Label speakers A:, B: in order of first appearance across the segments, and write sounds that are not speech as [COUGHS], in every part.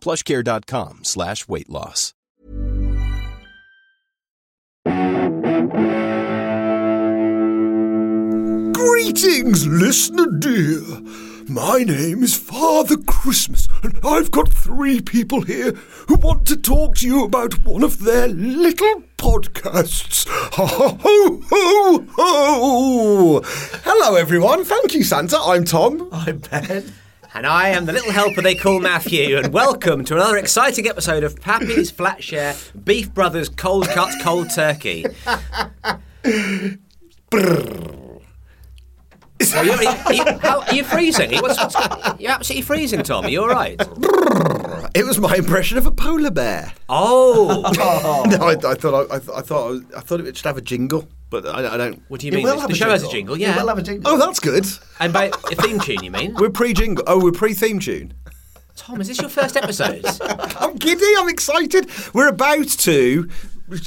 A: Plushcare.com slash weight loss.
B: Greetings, listener dear. My name is Father Christmas, and I've got three people here who want to talk to you about one of their little podcasts. [LAUGHS] Ho, ho, ho, ho! Hello, everyone. Thank you, Santa. I'm Tom.
C: I'm Ben.
D: And I am the little helper they call Matthew, and welcome to another exciting episode of Pappy's Flat Share Beef Brothers Cold Cuts Cold Turkey. Oh, you're, you, you- how, are you freezing? What's- what's- you're absolutely freezing, Tom. Are you all right?
B: It was my impression of a polar bear.
D: Oh,
B: No, I, I thought I, I, th- I thought I, was, I thought it should have a jingle, but I, I don't.
D: what do you
C: It
D: mean?
C: will
D: The-
C: have
D: the
C: a
D: show has a
C: jingle.
D: jingle,
C: Yeah.
D: yeah.
C: We'll have a jingle.
B: Oh, that's good.
D: and by a theme tune, you mean?
B: We're pre-jingle. Oh, we're pre-theme tune.
D: Tom, is this your
C: [LAUGHS]
D: first episode?
B: I'm giddy. I'm excited. We're about to.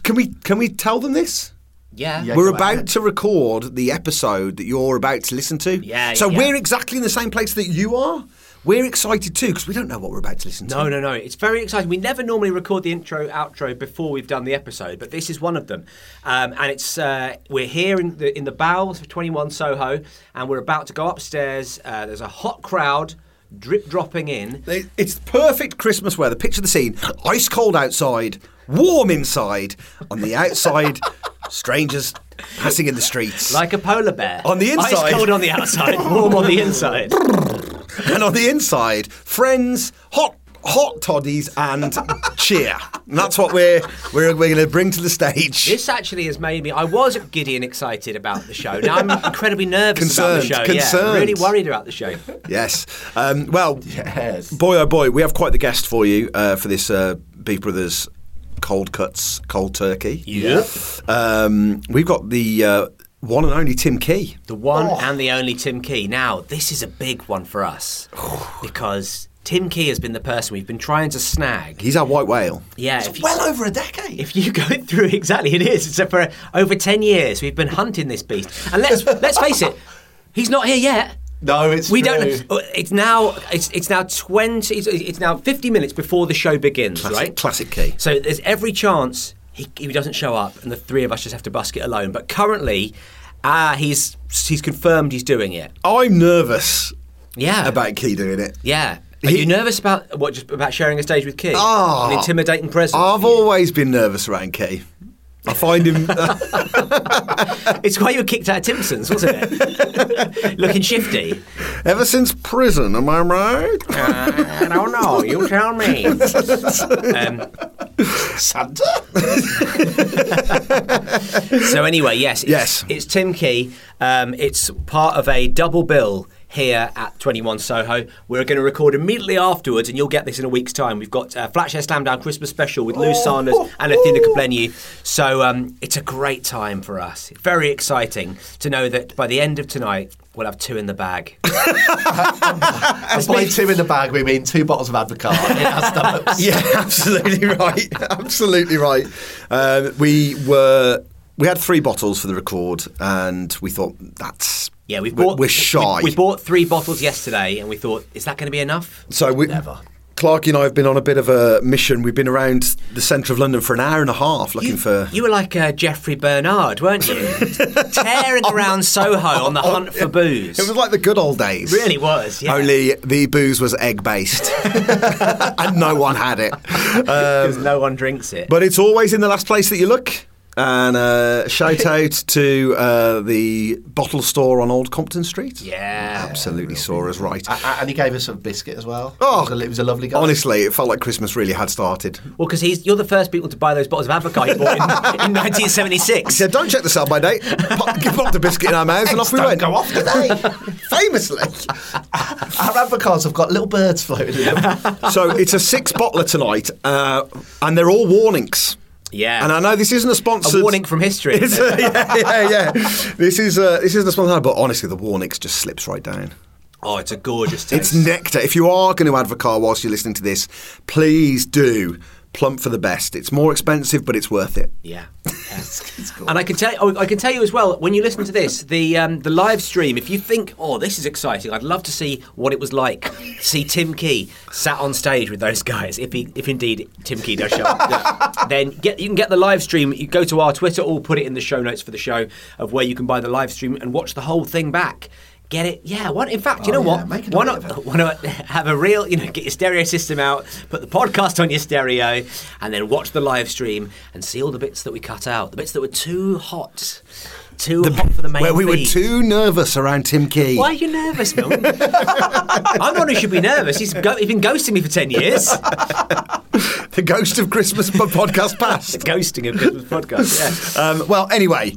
B: Can we can we tell them this?
D: Yeah.
C: Yeah.
B: We're
C: go
B: about
C: ahead.
B: to record the episode that you're about to listen to.
D: Yeah,
B: So
D: yeah.
B: we're exactly in the same place that you are. We're excited too because we don't know what we're about to listen to.
D: No, no, no. It's very exciting. We never normally record the intro, outro before we've done the episode, but this is one of them. Um, and it's uh, we're here in the in the bowels of 21 Soho, and we're about to go upstairs. Uh, there's a hot crowd drip dropping in.
B: It- It's perfect Christmas weather. Picture the scene: ice cold outside, warm inside. On the outside, [LAUGHS] strangers passing in the streets.
D: Like a polar bear.
B: On the inside.
D: Ice
B: [LAUGHS]
D: cold on the outside, warm on the inside.
B: and on the inside, friends, hot hot toddies, and cheer. And that's what we're we're, we're going to bring to the stage.
D: This actually has made me. I was giddy and excited about the show. Now I'm incredibly nervous about
B: Concerned,
D: the show.
B: concerned.
D: Yeah, really worried about the show.
B: Yes. Um, well,
C: Yes.
B: boy oh boy, we have quite the guest for you uh, for this uh, Beef Brothers cold cuts, cold turkey.
D: Yep.
B: Um, we've got the uh, one and only Tim Key.
D: The one
B: Oh.
D: and the only Tim Key. Now, this is a big one
B: [SIGHS]
D: for us because Tim Key has been the person we've been trying to snag.
B: He's our white whale.
D: Yeah, if
C: It's
D: you,
C: well over a decade.
D: if you go [LAUGHS] through exactly, it is. It's for over ten years we've been hunting this beast, and let's let's face it, he's not here yet.
C: no, it's
D: We
C: true.
D: don't. know- Oh, It's now. It's it's now twenty. It's, it's now fifty minutes before the show begins.
B: Classic,
D: right?
B: classic Key.
D: So there's every chance he, he doesn't show up, and the three of us just have to busk it alone. But currently, uh, he's he's confirmed he's doing it.
B: I'm nervous
D: Yeah.
B: about Key doing it.
D: Yeah. Are
B: He- Ah.
D: you nervous about what? Just about sharing a stage with Key? An intimidating presence.
B: I've always been nervous around Key. I find him. [LAUGHS]
D: [LAUGHS] It's why you were kicked out of Timpson's, wasn't
B: [LAUGHS]
D: it? Looking shifty.
B: Ever since prison, am I right?
D: I don't know. You
B: [LAUGHS]
D: tell me. um,
C: Santa.
D: so anyway, yes, it's,
B: Yes.
D: it's Tim Key. Um, it's part of a double bill here at 21 Soho. We're going to record immediately afterwards, and you'll get this in a week's time. We've got uh, Flatshare Slam Down Christmas Special with Lou Sanders
B: Oh,
D: and Athena Kaplenu. So um, it's a great time for us. Very exciting to know that by the end of tonight, we'll have two in
B: [LAUGHS]
D: the bag.
C: and by two in the bag, we mean two bottles of Advocate in our
B: [LAUGHS]
C: stomachs.
B: Yeah, absolutely right. absolutely right. Um, we were we had three bottles for the record, and we thought that's
D: Yeah, we've
B: we-
D: bought.
B: we're shy.
D: We, we bought three bottles yesterday, and we thought, is that going to be enough?
B: so we
C: Never.
B: Clarky and I have been on a bit of a mission. We've been around the centre of London for an hour and a half looking for.
D: You were like uh, Jeffrey Bernard, weren't
B: [LAUGHS]
D: you? Tearing around Soho on the hunt for booze.
B: Oh, it
D: [LAUGHS]
B: was like the good old days.
D: really was. Yeah.
B: Only the booze was egg based, [LAUGHS] and no one had it.
D: because no one drinks it.
B: um, But it's always in the last place that you look. And uh,
D: [LAUGHS]
B: shout out to uh, the bottle store on Old Compton Street.
D: yeah.
B: absolutely saw us right.
D: Uh,
C: A- a- and he gave us a biscuit as well.
B: Oh,
C: it was a, it was a lovely guy.
B: Honestly, it felt like Christmas really had started.
D: Well, because he's you're the first people to buy those bottles of avocado he bought
B: [LAUGHS]
D: in, in 1976.
B: So don't check the sell by date. Pop, give up the biscuit in our mouths and off we
C: Don't
B: went. [LAUGHS]
C: go off today.
E: famously, our advocates have got little birds floating in them.
B: [LAUGHS] so it's a six bottler tonight, uh, and they're all warnings.
D: Yeah.
B: And I know this isn't a sponsored
D: A warning from history.
B: It's- [LAUGHS]
D: isn't it?
B: yeah, yeah, yeah. This is uh, this isn't a sponsored, but honestly, the Warnix just slips right down.
D: [LAUGHS] oh, it's a gorgeous taste.
B: It's nectar. If you are going to advocate whilst you're listening to this, please do plump for the best. It's more expensive, but it's worth it.
D: Yeah. yeah. [LAUGHS] and I can tell oh, I can tell you as well when you listen to this the um, the live stream if you think oh this is exciting I'd love to see what it was like see Tim Key sat on stage with those guys if he, if indeed Tim Key does show
E: [LAUGHS]
D: up then get you can get the live stream you go to our Twitter or put it in the show notes for the show of where you can buy the live stream and watch the whole thing back. Get it? Yeah. What? In fact, you know
E: Oh, yeah,
D: what?
E: make it a
D: Why
E: bit
D: not?
E: of
D: [LAUGHS]
E: a-
D: want to have a real, you know, get your stereo system out, put the podcast on your stereo, and then watch the live stream and see all the bits that we cut out, the bits that were too hot, too hot for the main.
B: Where we were
D: feed.
B: too nervous around Tim Key.
D: Why are you nervous, Mel?
B: [LAUGHS]
D: I'm the one who should be nervous. He's, go- he's been ghosting me for
B: [LAUGHS]
D: ten years.
B: The Ghost of Christmas po- podcast
D: It's
B: past.
D: ghosting a Christmas podcast. Yeah.
B: Um, well, anyway,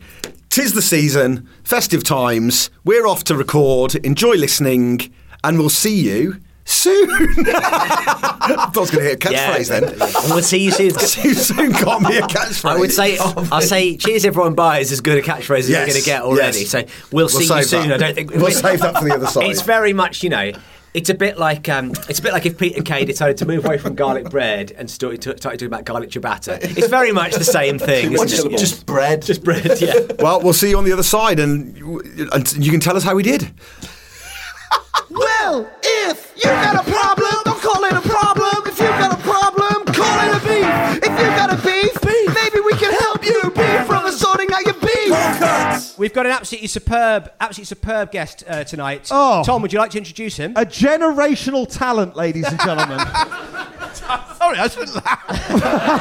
B: tis the season, festive times. We're off to record. Enjoy listening, and we'll see you soon. [LAUGHS] I thought I was going to hear a catchphrase then.
D: And we'll see you soon.
B: [LAUGHS] you soon got me a catchphrase.
D: I would say oh.
B: [LAUGHS]
D: I'll say cheers everyone bye is as good a catchphrase as
B: Yes,
D: you're going to get already.
B: yes.
D: So we'll, see you
B: save
D: soon.
B: that.
D: I don't think
B: We'll save that for the other side.
D: [LAUGHS] It's very much you know. It's a bit like um, it's a bit like if Peter Kay decided to move away from garlic bread and started, started talking about garlic ciabatta. It's very much the same thing.
E: Or
D: Isn't
E: just,
D: it?
E: just bread.
D: Just bread. Yeah.
B: Well, we'll see you on the other side, and you, and you can tell us how we did.
F: Well, if you got a problem, don't call it a problem. Um, If you got a problem, call it a beef. If you got a beef, maybe we can help you. Beef from the sorting out your beef.
G: [LAUGHS] We've got an absolutely superb, absolutely superb guest uh, tonight. Oh. Tom, would you like to introduce him?
H: A generational talent, ladies and gentlemen.
G: [LAUGHS] sorry, I shouldn't laugh.
H: [LAUGHS]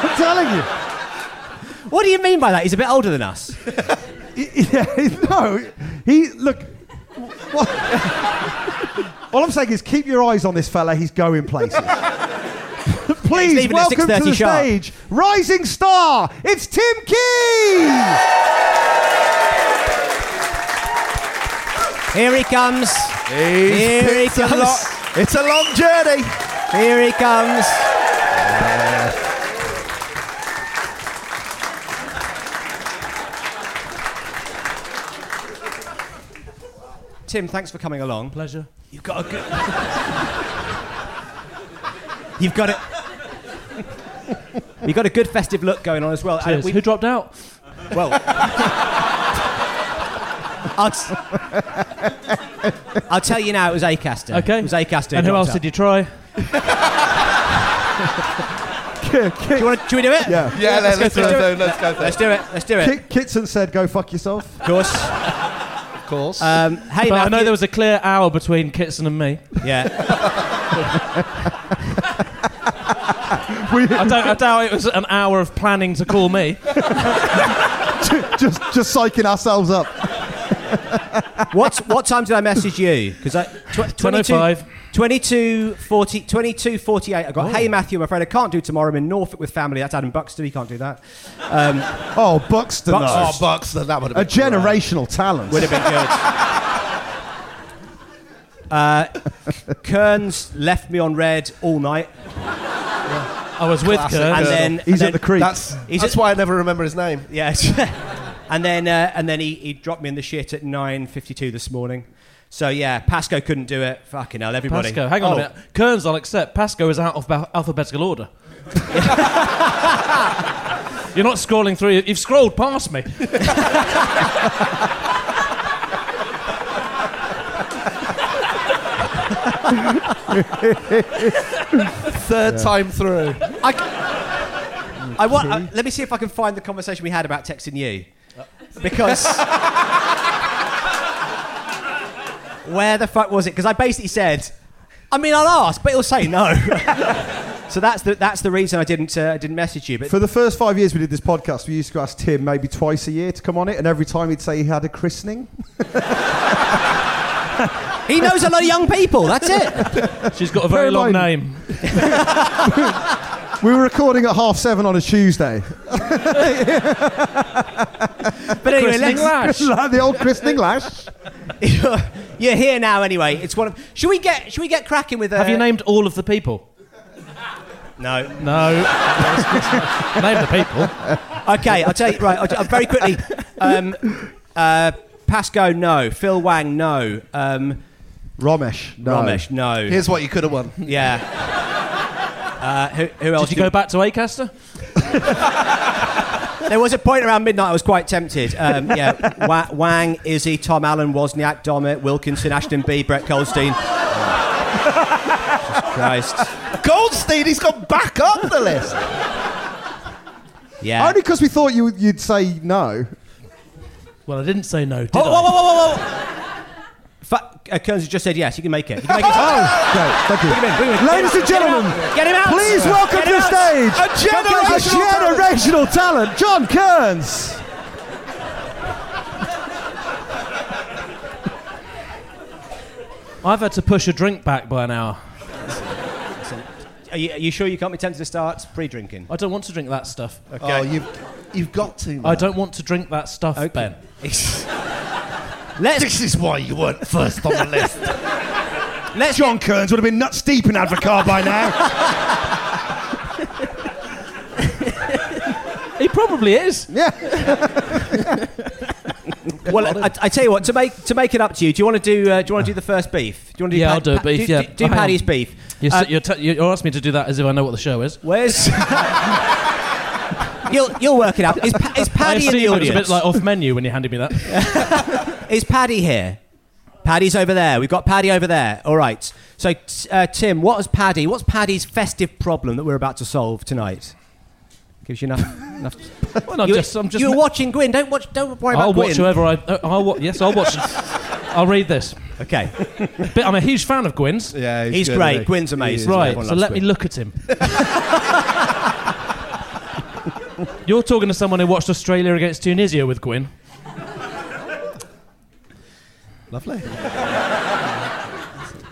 H: I'm telling you.
G: What do you mean by that? He's a bit older than us.
H: Yeah, [LAUGHS] no, he look. What, all I'm saying is keep your eyes on this fella. He's
D: [LAUGHS]
H: going places. Please
G: leaving at
H: welcome to
G: 6:30
H: the
G: sharp.
H: stage, rising star. It's Tim Key.
G: Here he comes. Here he comes.
H: It's a long journey.
G: Here he comes. Tim, thanks for coming along. Pleasure. You've got a good. You've got it. You've got a good festive look going on as well. And we-
I: Who dropped out?
G: well. I'll, t- [LAUGHS] I'll tell you now, it was Acaster.
I: Okay.
G: It was Acaster.
I: And who else did you try?
G: Do you want to, should we do it?
H: Yeah.
G: Yeah, let's, go through it. Let's do it. Let's do it.
H: Kit- Kitson said, "Go fuck yourself." Uh,
G: Of course.
E: of course.
G: Um, hey,
I: But I know
G: Matthew-
I: there was a clear hour between Kitson and me. [LAUGHS]
G: Yeah.
I: I, don't, I doubt it was an hour of planning to call me.
H: [LAUGHS] just, just psyching ourselves up.
G: What what time did I message you? Because I tw-
I: 10:05.
G: 22, 40, 22, 48. I got,
I: Oh.
G: hey, Matthew, I'm afraid I can't do tomorrow. I'm in Norfolk with family. That's Adam Buxton. He can't do that.
H: Oh, Buxton. though.
G: Buxton. Oh,
H: Buxton. That would have a generational talent.
G: Would have been good. [LAUGHS] uh, Kearns left me on red all night.
I: I was with Kurt.
G: and then
H: He's
G: and
H: at the
G: then-
H: creek.
G: He's
E: That's
G: at-
E: why I never remember his name.
G: Yeah. [LAUGHS] and then uh, and then he, he dropped me in the shit at 9:52 this morning. So yeah, Pasco couldn't do it. Fucking hell, everybody.
I: Pasco, hang
G: Oh,
I: on a minute. Kearns, I'll accept. Pasco is out of ba- alphabetical order. [LAUGHS] You're not scrolling through. You've scrolled past [LAUGHS] me.
E: Third time through.
G: I, c- I want. uh, let me see if I can find the conversation we had about texting you, because. [LAUGHS] Where the fuck was it? Because I basically said, I mean, I'll ask, but he'll say no. [LAUGHS] so that's the that's the reason I didn't uh, didn't message you. But
H: For the first five years we did this podcast, we used to ask Tim maybe twice a year to come on it, and every time he'd say he had a christening.
G: he knows a lot of young people. That's it.
I: She's got a very
H: Bear in
I: long
H: mind-
I: name.
H: We were recording at half seven on a Tuesday.
G: But anyway,
I: Christening
G: let's,
H: [LAUGHS]
I: Lash. [LAUGHS]
H: the old christening lash.
G: you're, [LAUGHS] You're here now anyway. It's one of. Should we get? Should we get cracking with? Uh,
I: Have you named all of the people?
G: No.
I: No. [LAUGHS] Name the people.
G: Okay, I'll tell you. Right, I'll, I'll very quickly. Um, uh, Pasco, no. Phil Wang, no. Um,
H: Romesh. No.
G: Ramesh, no.
C: Here's what you could have won.
G: yeah. Uh, who, who else?
I: Oh, Did you
G: do-
I: go back to Acaster?
G: There was a point around midnight I was quite tempted. Um, yeah, Wa- Wang, Izzy, Tom Allen, Wozniak, Domit, Wilkinson, Ashton B, Brett Goldstein. Jesus Christ.
C: Goldstein, he's gone back up the list.
G: Yeah.
H: Only because we thought you, you'd say no.
I: Well, I didn't say no. Did
G: Whoa,
H: Oh,
I: I?
G: whoa, whoa, whoa, whoa, whoa. Fa- uh, Kearns has just said yes. You can make it. You can
H: [LAUGHS]
G: make it.
H: Oh, great. Thank you.
G: Bring him in, bring him in.
H: Ladies and
G: Get him
H: gentlemen,
G: out. Get him out.
H: please welcome
G: Get
H: to
G: him
H: the
G: out.
H: stage a generational talent, John Kearns.
I: I've had to push a drink back by an hour.
G: Are you, are you sure you can't be tempted to start pre-drinking?
I: I don't want to drink that stuff.
C: Oh, you've, you've got to.
I: I
C: man.
I: don't want to drink that stuff, Ben.
G: [LAUGHS] Let's
C: This is why you weren't first on the list.
H: [LAUGHS]
G: let's
H: John Kearns would have been nuts deep in Advocar by
C: [LAUGHS]
H: now.
I: He probably is.
G: Well, I, I tell you what. To make to make it up to you, do you want to do? Uh, do you want to do the first beef? Do you want to do?
I: Yeah, I'll do
G: pa-
I: beef,
G: Do,
I: yeah. Oh,
G: do, do
I: Hang on.
G: Paddy's beef.
I: You're,
G: Uh,
I: s you're, t- you're asking me to do that as if I know what the show is.
G: Where's? [LAUGHS] you'll you'll work it out. Is, Pa- is
I: I
G: Paddy in the
I: assume it was a
G: audience?
I: bit like off menu when you handed
G: [LAUGHS]
I: me that.
G: Is Paddy here? Paddy's over there. We've got Paddy over there. All right. So, t- uh, Tim, what is Paddy? What's Paddy's festive problem that we're about to solve tonight? Gives you enough. [LAUGHS] enough
I: Well, I'm
G: you,
I: just, I'm just.
G: you were watching Gwyn. Don't watch. Don't worry
I: I'll
G: about Gwyn.
I: watch whoever I. uh, I'll wa- yes, I'll
G: [LAUGHS]
I: watch. I'll read this.
G: Okay,
I: But I'm a huge fan of Gwyn's.
C: yeah,
G: he's great. Gwyn's amazing.
I: Right,
G: Everyone
I: so
G: loves
I: let me
G: Gwyn.
I: look
G: [LAUGHS]
I: at him. You're talking to someone who watched Australia against Tunisia with Gwyn.
C: Lovely.
G: [LAUGHS]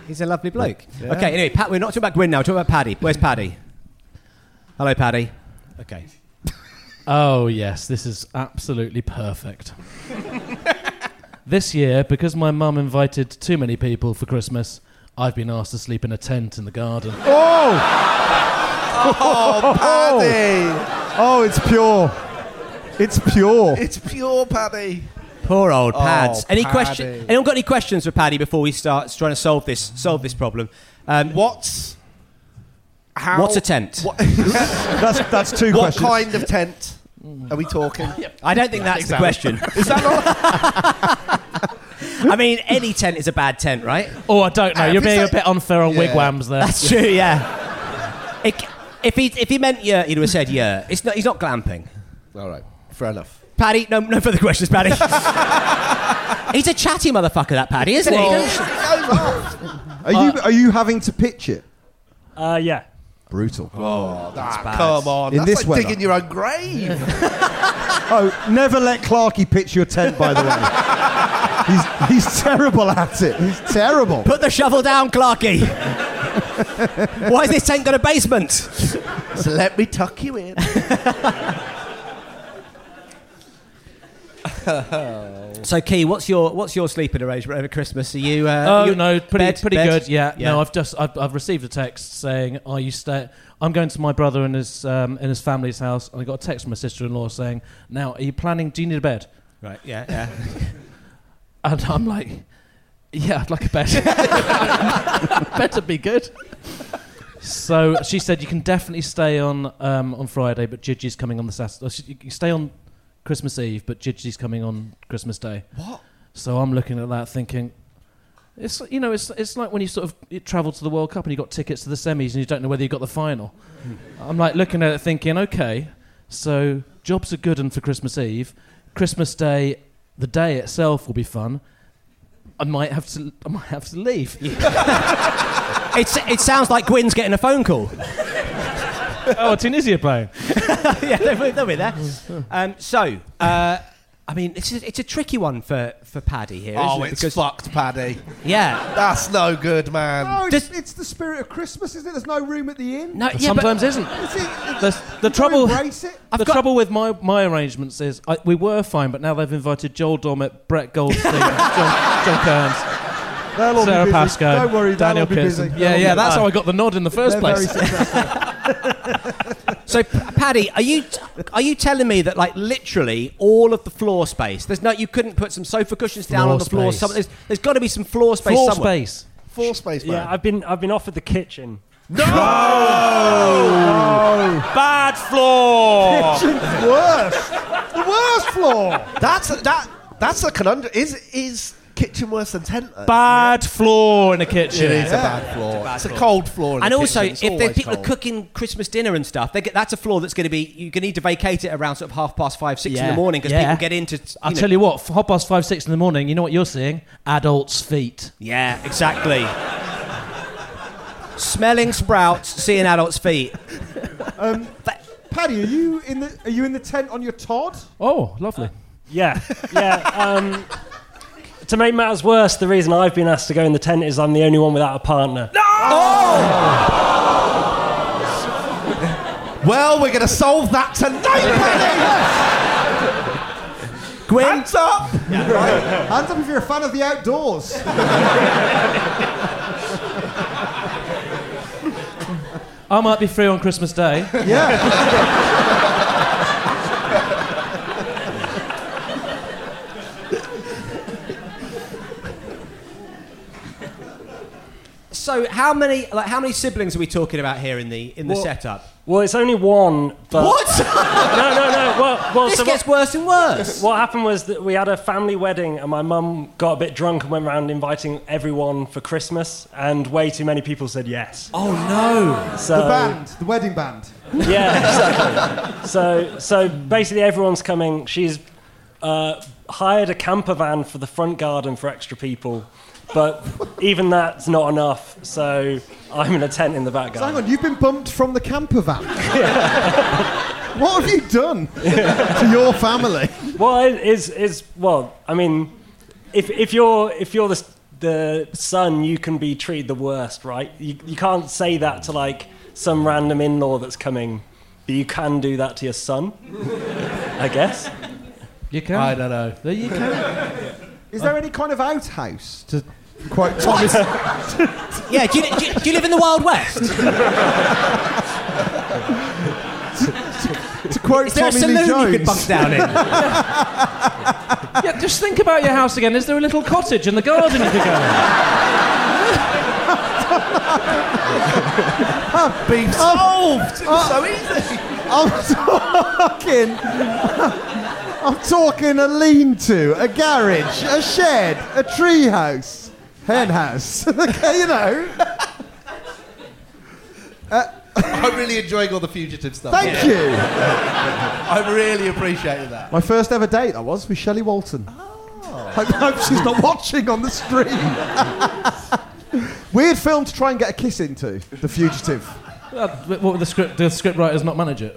G: He's a lovely bloke. Okay, anyway, Pat, we're not talking about Gwyn now. We're talking about Paddy. Where's Paddy? Hello, Paddy. Okay.
I: [LAUGHS] Oh, yes, this is absolutely perfect. [LAUGHS] this year, because my mum invited too many people for Christmas, I've been asked to sleep in a tent in
G: [LAUGHS]
I: the garden.
H: Oh, it's pure. It's pure.
C: It's pure Paddy.
G: Poor old Pads. any question?
C: Oh, Paddy.
G: Anyone got any questions for Paddy before we start trying to solve this solve this problem? Um,
C: What's how?
G: What's a tent?
C: What,
H: That's, that's two
C: what
H: questions.
C: kind of tent are we talking?
G: [LAUGHS] I don't think that's
C: exactly.
G: the
C: [LAUGHS]
G: question.
C: Is that not?
G: [LAUGHS] I mean, any tent is a bad
C: [LAUGHS]
G: tent, right?
I: Oh, I don't know. You're being a bit unfair on
C: Yeah.
I: wigwams there.
G: That's true. Yeah. It, c- if he if he meant yeah, he'd have said yeah. It's not. He's not glamping.
C: All right, fair enough.
G: Paddy, no, no further questions,
C: [LAUGHS]
G: Paddy. he's a chatty motherfucker, that Paddy, isn't he?
H: Are you are you having to pitch it?
I: Uh, yeah.
H: Brutal.
C: Come on,
H: In
C: that's
H: this
C: like
H: weather.
C: digging your own grave. [LAUGHS]
H: Oh, never let Clarky pitch your tent. By the way,
J: [LAUGHS]
H: he's he's terrible at it. He's terrible.
G: Put the shovel down, Clarky. Why has this tent got a basement?
C: so let me tuck you in.
G: So, Key, what's your what's your sleeping arrangement over Christmas? Are you? Uh,
I: Oh
G: you-
I: no, pretty
G: bed-
I: pretty
G: bed?
I: good. Yeah. No, I've just I've, I've received a text saying, "Are you stay?" I'm going to my brother and his um, in his family's house, and I got a text from my sister-in-law saying, "Now, are you planning? Do you need a bed?"
G: right. Yeah, yeah.
I: And I'm like, "Yeah, I'd like a bed. [LAUGHS] Better be good." So she said, "You can definitely stay on um, on Friday, but Gigi's coming on the Saturday. You can stay on Christmas Eve, but Gigi's coming on Christmas Day."
C: What?
I: So I'm looking at that thinking, it's you know, it's it's like when you sort of you travel to the World Cup and you got tickets to the semis and you don't know whether you got the final. I'm like looking at it thinking, okay, so jobs are good and for Christmas Eve, Christmas Day, the day itself will be fun. I might have to I might have to leave.
G: [LAUGHS] It's, it sounds like Gwyn's getting a phone call.
I: [LAUGHS] oh, Tunisia playing.
G: [LAUGHS] yeah, they'll be, they'll be there. Um, so, uh, I mean, it's a, it's a tricky one for, for Paddy here.
C: Oh,
G: isn't it?
C: it's
G: Because-
C: fucked, Paddy.
G: Yeah.
C: That's no good, man.
H: Oh,
G: Does-
H: it's, it's the spirit of Christmas, isn't it? There's no room at the inn.
G: No, yeah, but-
I: Sometimes isn't.
H: It's, it, it's,
I: The, the
H: you gotta
I: trouble
H: Embrace it.
I: the
G: got-
I: trouble with my, my arrangements is
H: [LAUGHS]
I: I, we were fine, but now they've invited Joel Dormet, Brett Goldstein, John, John Kearns.
H: They'll all be
I: Sarah
H: busy.
I: Pascoe,
H: Don't worry, they'll
I: Daniel
H: all be busy.
I: Pearson.
H: They'll
I: Yeah,
H: all
I: yeah,
H: be
I: that's
H: fine.
I: how I got the nod in the first
H: They're very
I: place.
H: successful.
G: So, P- Paddy, are you are you telling me that like literally all of the floor space? There's no, you couldn't put some sofa cushions down
I: Floor
G: on the floor.
I: space.
G: Some, there's there's got to be some floor space
I: Floor
G: somewhere.
I: space.
J: Floor space, man.
K: Yeah, I've been I've been offered the kitchen.
I: Bad floor.
H: Kitchen's worse. The worst floor.
J: That's a, that. That's a conundrum. Is is kitchen worse than tent? though?
I: Bad floor in a kitchen.
J: It's a bad floor. It's a, cold floor. in
G: And
J: the
G: also,
J: kitchen. It's
G: if there's
J: always
G: people
J: cold.
G: cooking Christmas dinner and stuff, they get, that's a floor that's going to be you're going to need to vacate it around sort of half past five, six in
I: Yeah.
G: the morning because
I: Yeah.
G: people get into. You
I: I'll
G: know-
I: tell you what, for half past five, six in the morning, you know what you're seeing? Adults' feet.
G: Yeah, exactly. Smelling sprouts, seeing adults' feet.
H: Paddy, are you in the are you in the tent on your Todd?
I: Oh, lovely.
K: Yeah, yeah. Um, to make matters worse, the reason I've been asked to go in the tent is I'm the only one without a partner.
G: Oh!
J: well, we're going to solve that tonight. Paddy!
G: Gwen,
J: Hands up.
H: Hands up if you're a fan of the
G: [LAUGHS]
H: outdoors.
I: I might be free on Christmas Day.
H: Yeah.
G: so how many like how many siblings are we talking about here in the in the
K: Well-
G: setup?
K: Well, it's only one. But
G: What?
K: No, no, no. Well, well
G: this
K: so
G: gets
K: what,
G: worse and worse.
K: what happened was that we had a family wedding, and my mum got a bit drunk and went around inviting everyone for Christmas, and way too many people said yes.
I: Oh, no.
K: so,
G: Uh,
H: The band, the wedding band.
G: [LAUGHS]
K: Yeah, exactly. so, so basically, everyone's coming. She's uh, hired a camper van for the front garden for extra people, but even that's not enough. So I'm in a tent in the back
H: Hang
K: garden.
H: on, you've been bumped from the camper van.
G: [LAUGHS]
H: what have you done to your family?
K: Well, it is is well. I mean, if if you're if you're the the son, you can be treated the worst, right? You you can't say that to like some random in-law that's coming, but you can do that to your son, I
I: [LAUGHS]
K: guess.
I: You can.
J: I don't know.
I: There you can.
H: Is there any kind of outhouse to quote Thomas?
G: Yeah, do you, do, you, do you live in the Wild West?
H: to quote
G: Is there a
H: Tommy Lee
G: saloon you
H: Jones?
G: could bunk down in?
I: Yeah, just think about your house again. Is there a little cottage in the garden you could go in?
J: Beef solved. It was so easy.
H: I'm talking. [LAUGHS] I'm talking a lean-to, a garage, a shed, a tree house, hen house. [LAUGHS] okay,
J: [LAUGHS]
H: you know.
J: I'm really enjoying all the fugitive stuff.
H: Thank you.
J: [LAUGHS] I'm really appreciating that. Oh.
H: My first ever date, that was with Shelley Walton. I hope she's not watching on the stream. [LAUGHS] Weird film to try and get a kiss into. The Fugitive.
I: [LAUGHS] Uh, what would the script? The script writers not manage it.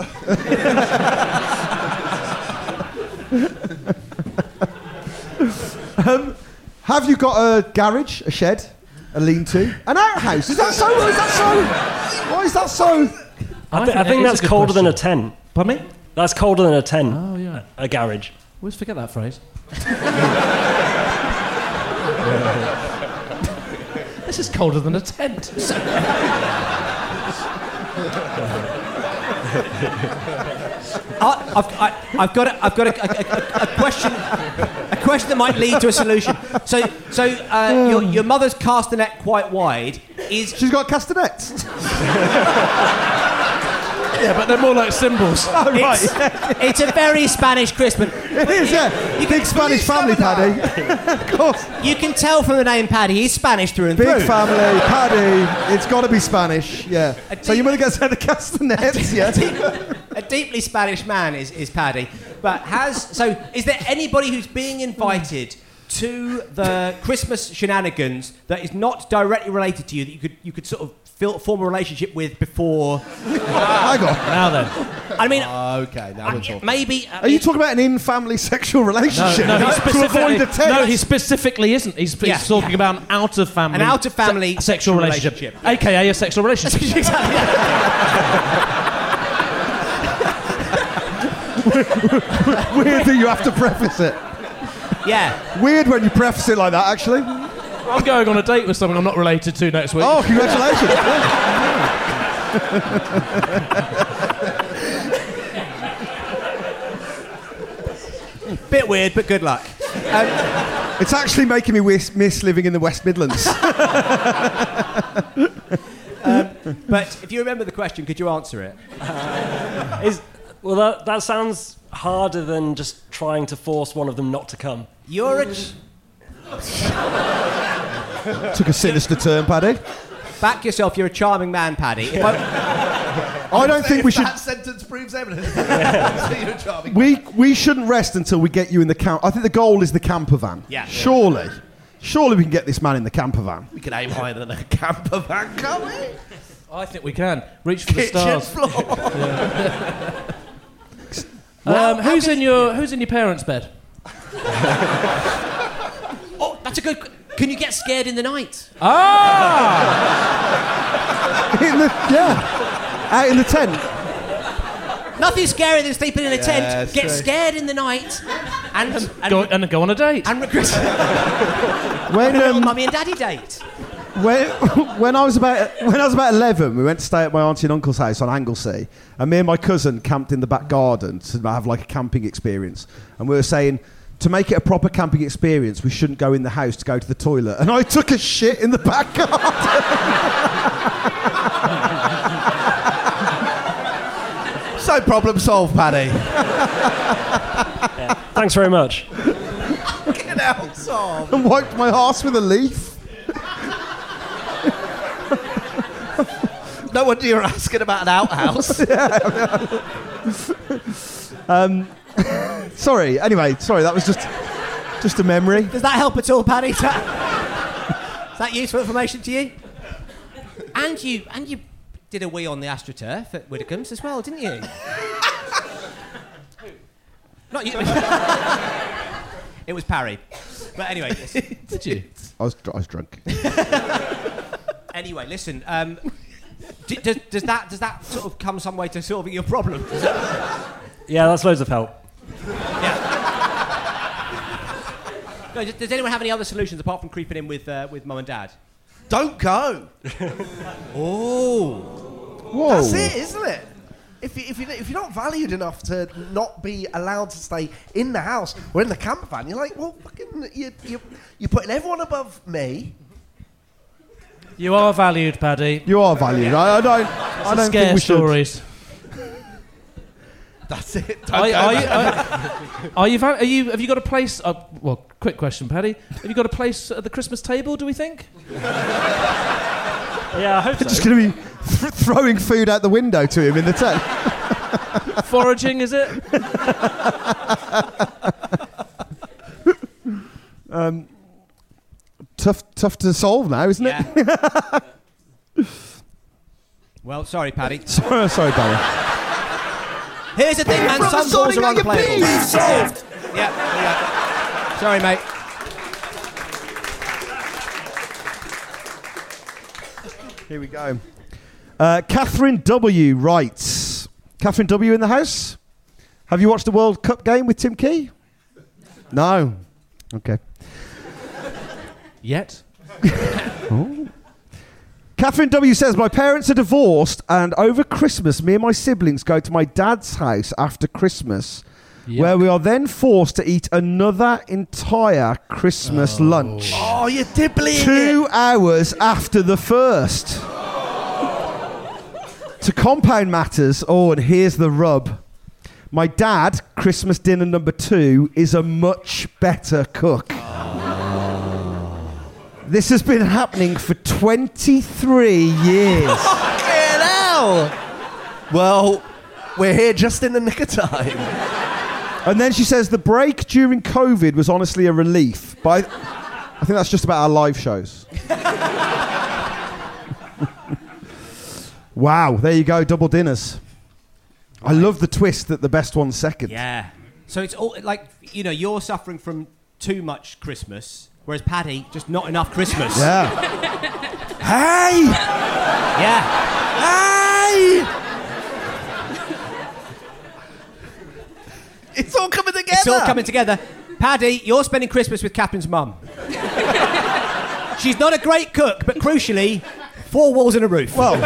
H: Have you got a garage, a shed, a lean-to, an outhouse? Is that so? Is that so? Why is that so?
K: I, thi-
I: think
K: I
I: it
K: think
I: is a
K: that's
I: good
K: colder than a
I: question.
K: tent.
I: Pardon me?
K: That's colder than a tent.
I: Oh, yeah.
K: A garage.
I: Always forget that phrase. [LAUGHS] this is colder than a tent.
G: I, I've, I, I've got, a, I've got a, a, a, a question, a question that might lead to a solution. So, so uh, your, your mother's cast the net quite wide. Is
H: She's got castanets. [LAUGHS]
I: yeah, but they're more like symbols.
G: it's, it's a very Spanish Christmas.
H: It is, yeah.
G: You
H: Big Spanish family, Paddy. of course.
G: You can tell from the name Paddy, he's Spanish through and
H: Big
G: through.
H: family, Paddy. It's got to be Spanish, yeah. So your mother gets out the
I: [LAUGHS]
H: castanets, [LAUGHS] yeah.
G: a deeply Spanish man is, is Paddy. But has so is there anybody who's being invited to the Christmas shenanigans that is not directly related to you that you could you could sort of fil- form a relationship with before?
H: Hang on.
I: Now then,
G: I mean,
I: Ah.
J: Okay, now we're talking.
G: Uh, maybe.
H: Are you talking about an in-family sexual relationship?
I: no, he
H: to
I: specifically,
H: avoid the text.
I: no, he specifically isn't. He's, he's
G: Yeah,
I: talking
G: yeah.
I: about an out of family,
G: An out-of-family
I: sexual relationship,
G: relationship,
I: aka a sexual relationship.
G: Exactly.
H: Weird that you have to preface it.
G: yeah.
H: Weird when you preface it like that, actually.
I: I'm going on a date with someone I'm not related to next week.
H: Oh, congratulations.
I: [LAUGHS]
G: Bit weird, but good luck.
H: It's actually making me wish, miss living in the West Midlands.
I: [LAUGHS]
G: But if you remember the question, could you answer it?
L: Is well, that, that sounds harder than just trying to force one of them not to come.
G: You're a ch-
H: Took a sinister turn, Paddy.
G: back yourself. You're a charming man, Paddy. If I,
H: I don't think we should.
C: That sentence proves everything.
G: [LAUGHS]
C: So you're a charming
H: We we shouldn't rest until we get you in the camp. I think the goal is the camper van.
G: Yeah.
H: Surely, surely we can get this man in the camper van.
G: [LAUGHS]
C: We can aim higher than a camper van, can't we?
I: I think we can. Reach for the
C: Kitchen
I: stars.
C: floor.
I: [LAUGHS] Um, who's in your Who's in your parents' bed?
G: oh, that's a good. Can you get scared in the night?
I: Ah!
H: In the, yeah. Out in the tent.
G: Nothing's scarier than sleeping in a tent.
H: that's
G: Get
H: true.
G: scared in the night, and and,
I: go, and go on a date.
G: and regret
H: When
G: little
H: um,
G: mummy and daddy date.
H: when, [LAUGHS] when I was about when I was about eleven, we went to stay at my auntie and uncle's house on Anglesey, and me and my cousin camped in the back garden to have like a camping experience. And we were saying to make it a proper camping experience, we shouldn't go in the house to go to the toilet. And I took a shit in the back garden. [LAUGHS]
C: So problem solved, Paddy.
L: Thanks very much.
C: Get out, Tom.
H: and wiped my ass with a leaf.
C: No wonder you're asking about an
H: [LAUGHS]
C: outhouse.
H: Um, Sorry. Anyway, sorry. That was just just a memory.
G: Does that help at all, Paddy? [LAUGHS] Is that, is that useful information to you? And you and you did a wee on the astroturf at Widdicombe's as well, didn't you? Not you. [LAUGHS] it was Parry. But anyway, yes.
I: Did you?
H: I was I was drunk.
G: anyway, listen. Um, d- does, does that does that sort of come some way to solving your problem?
L: Yeah, that's loads of help.
G: No, does, does anyone have any other solutions apart from creeping in with uh, with mum and dad?
C: Don't go.
G: [LAUGHS] Oh,
H: Whoa.
C: That's it, isn't it? If, you, if, you, if you're not valued enough to not be allowed to stay in the house or in the camper van, you're like, well, fucking, you, you, you're putting everyone above me.
I: You are valued, Paddy.
H: You are valued. I, I don't. I don't
I: Scare
H: think we should.
I: stories.
C: [LAUGHS] That's it. Don't
I: Are,
C: go.
I: are you, are,
C: [LAUGHS]
I: are you? val- Are you? Have you got a place? Uh, well, quick question, Paddy. Have you got a place at the Christmas table? Do we think?
L: Yeah, I hope
H: Just
L: so.
H: going to be th- throwing food out the window to him in the tent.
I: Foraging is it?
H: tough, tough to solve now, isn't it?
G: yeah.
H: [LAUGHS]
G: well, sorry, Paddy.
H: Sorry, sorry, Darren.
G: Here's the thing, man.
M: From
G: Some
M: the
G: balls
M: sorting
G: are
M: out your
G: unplayable.
M: peas. Solved.
G: Yeah, yeah. Sorry, mate.
H: Here we go. Uh, Catherine W writes. Catherine W in the house. Have you watched the World Cup game with Tim Key? No. Okay.
I: Yet.
H: Catherine W says, My parents are divorced, and over Christmas, me and my siblings go to my dad's house after Christmas, where we are then forced to eat another entire Christmas lunch.
C: oh, you're dibbling.
H: Two hours after the first. to compound matters, oh, and here's the rub. My dad, Christmas dinner number two, is a much better cook. This has been happening for 23 years.
C: Fucking hell. Well, we're here just in the nick of time.
H: And then she says the break during COVID was honestly a relief, but I, I think that's just about our live shows. [LAUGHS] wow, there you go, double dinners. I love the twist that the best one's second.
G: Yeah. So it's all like you know you're suffering from too much Christmas, whereas Paddy just not enough Christmas.
C: [LAUGHS]
H: Yeah. hey!
G: Yeah.
H: Hey!
C: It's all coming together.
G: It's all coming together. Paddy, you're spending Christmas with Catherine's mum. She's not a great cook, but crucially, four walls and a roof.
H: Well,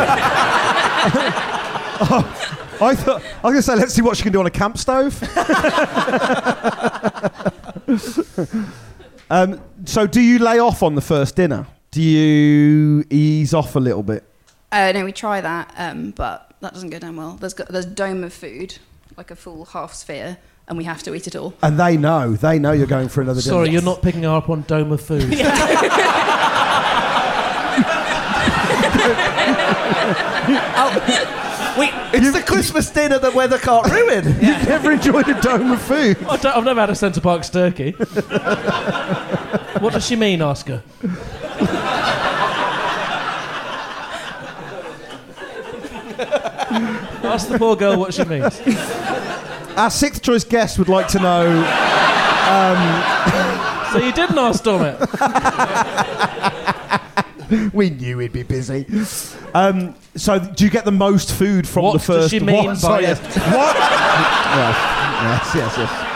H: I thought I was gonna say, let's see what she can do on a camp stove. [LAUGHS] um, so, do you lay off on the first dinner? Do you ease off a little bit?
N: Uh, no, we try that, um, but that doesn't go down well. There's got, there's a dome of food, like a full half sphere, and we have to eat it all.
H: And they know, they know you're going for another dinner.
I: Sorry, you're not picking her up on Dome of [LAUGHS] Food.
G: we,
C: It's the Christmas dinner that weather can't ruin.
H: [LAUGHS] You've never enjoyed a dome of food.
I: I don't, I've never had a Centre Parks turkey. [LAUGHS] what does she mean, [LAUGHS] Oscar? Ask the poor girl what she means.
H: Our sixth choice guest would like to know.
I: So you didn't ask Dom it.
H: We knew he'd be busy. Um, so, do you get the most food from
I: What
H: the
I: does
H: first?
I: she
H: [LAUGHS]
I: mean by
H: Sorry,
I: it?
H: yes. What? yes, yes, yes. yes.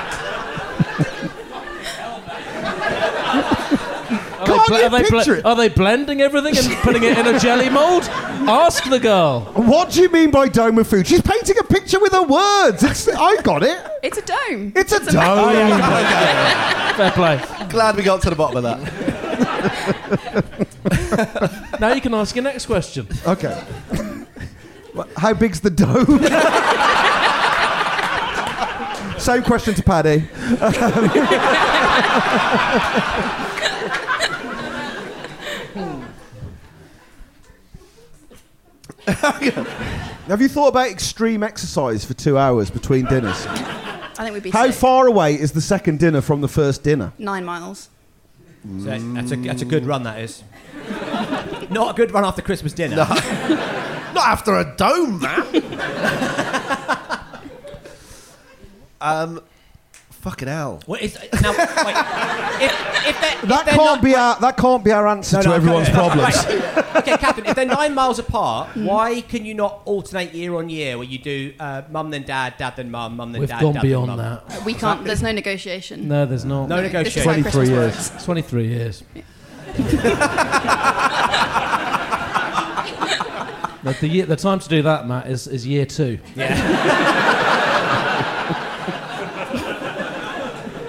I: Are they,
H: you
I: are, they Oh.
H: picture it?
I: are they blending everything and putting it in a jelly mould? Ask the girl.
H: What do you mean by dome of food? She's painting a picture with her words. It's, I got it.
N: It's a dome.
H: It's a
N: ma-
I: Oh,
H: dome.
I: Fair play.
C: Glad we got to the bottom of that.
I: Now [LAUGHS] you can ask your next question.
H: okay. Well, How big's the dome? Same question to Paddy. [LAUGHS] Have you thought about extreme exercise for two hours between dinners?
N: I think we'd be
H: How
N: sick.
H: far away is the second dinner from the first dinner?
N: Nine miles.
G: So that's, a, that's a good run, that is. Not a good run after Christmas dinner.
C: Not after a dome, man. um, fucking hell.
G: Well, it's, now, wait, if, if
H: That
G: they're, if they're
H: can't
G: not-
H: be our that can't be our answer to
G: No, no,
H: everyone's
G: okay,
H: problems.
G: right. Okay, Captain, if they're nine miles apart, why can you not alternate year on year where you do uh, mum then dad, dad then mum, mum then
I: We've
G: dad,
I: gone
G: dad
I: beyond
G: then mum?
I: that.
N: We can't. There's no negotiation.
I: No, there's not.
G: No
N: This is
G: negotiation.
N: how Christmas
H: years.
N: works.
I: It's 23 years. But the, year, the time to do that, Matt, is, is year two.
G: Yeah.
I: [LAUGHS]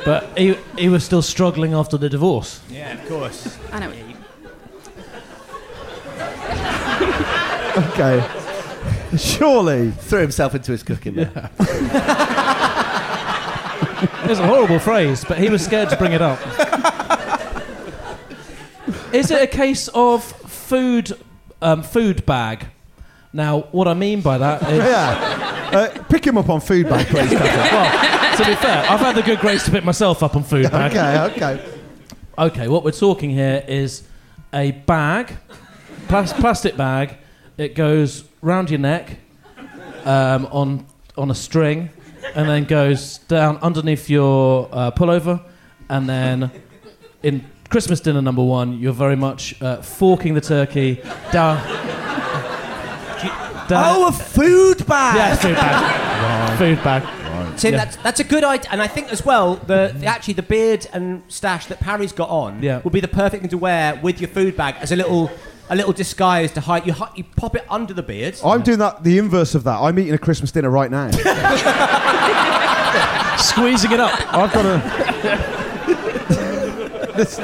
I: But he, he was still struggling after the divorce.
G: yeah, of course.
N: I know.
H: Okay. Surely.
C: Threw himself into his cooking. there.
I: It's a horrible phrase, but he was scared to bring it up. Is it a case of food, um, food bag? Now, what I mean by that is.
H: Yeah. Uh, pick him up on food bag, please.
I: [LAUGHS]
H: Catherine.
I: Well, to be fair, I've had the good grace to pick myself up on food bag.
H: okay, okay.
I: Okay, what we're talking here is a bag, plas- plastic bag. It goes round your neck um, on on a string, and then goes down underneath your uh, pullover, and then in Christmas dinner number one, you're very much uh, forking the turkey down. [LAUGHS] down
C: Oh, a food bag.
I: yeah, food bag. Food bag.
G: Tim,
I: Yeah.
G: that's, that's a good idea. And I think as well, the, the- actually the beard and stash that Parry's got on
I: Yeah.
G: would be the perfect thing to wear with your food bag as a little a little disguise to hide. You, hi- you pop it under the beard.
H: I'm doing that the inverse of that. I'm eating a Christmas dinner right now.
I: Squeezing it up.
H: I've got a this,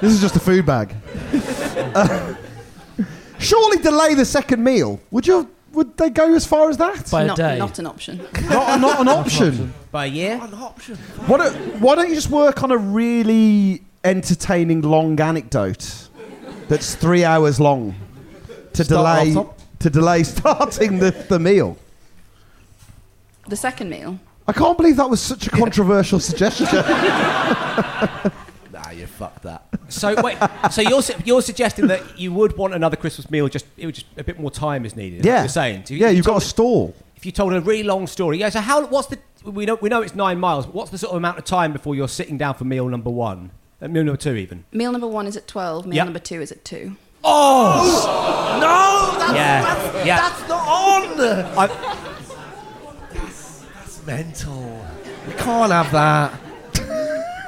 H: this is just a food bag. Uh, surely delay the second meal. Would you would they go as far as that?
I: By a
N: not,
I: day.
N: not an option.
H: Not, [LAUGHS] not an option.
G: By a year.
H: Why don't, why don't you just work on a really entertaining long anecdote that's three hours long to
C: off
H: delay
C: top.
H: to delay [LAUGHS] starting the, the meal?
N: The second meal.
H: I can't believe that was such a controversial suggestion.
C: Nah, you fucked that.
G: So wait, so you're su- you're suggesting that you would want another Christmas meal? Just it would just a bit more time is needed. is what
H: yeah,
G: you're saying. So you-
H: yeah,
G: you
H: you've got
G: told-
H: a stall.
G: If you told a really long story, yeah. So how? What's the? We know we know it's nine miles. But what's the sort of amount of time before you're sitting down for meal number one? Uh, meal number two, even.
N: Meal number one is at twelve. Meal
G: Yeah.
N: number two is at two.
C: No, Oh, that's,
G: Yeah,
C: that's,
G: yeah.
C: that's not on.
G: I,
C: That's mental. We can't have that.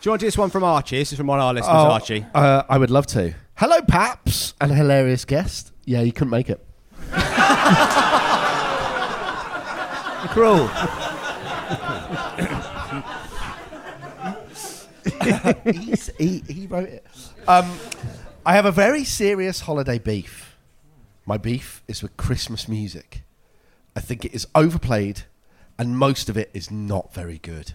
G: Do you want to do this one from Archie? This is from one of our listeners,
F: Oh,
G: Archie.
F: Uh, I would love to. Hello, Paps, and a hilarious guest. Yeah, you couldn't [LAUGHS] make it.
G: Cruel.
F: He's- he, he wrote it. Um, I have a very serious holiday beef. My beef is with Christmas music. I think it is overplayed, and most of it is not very good.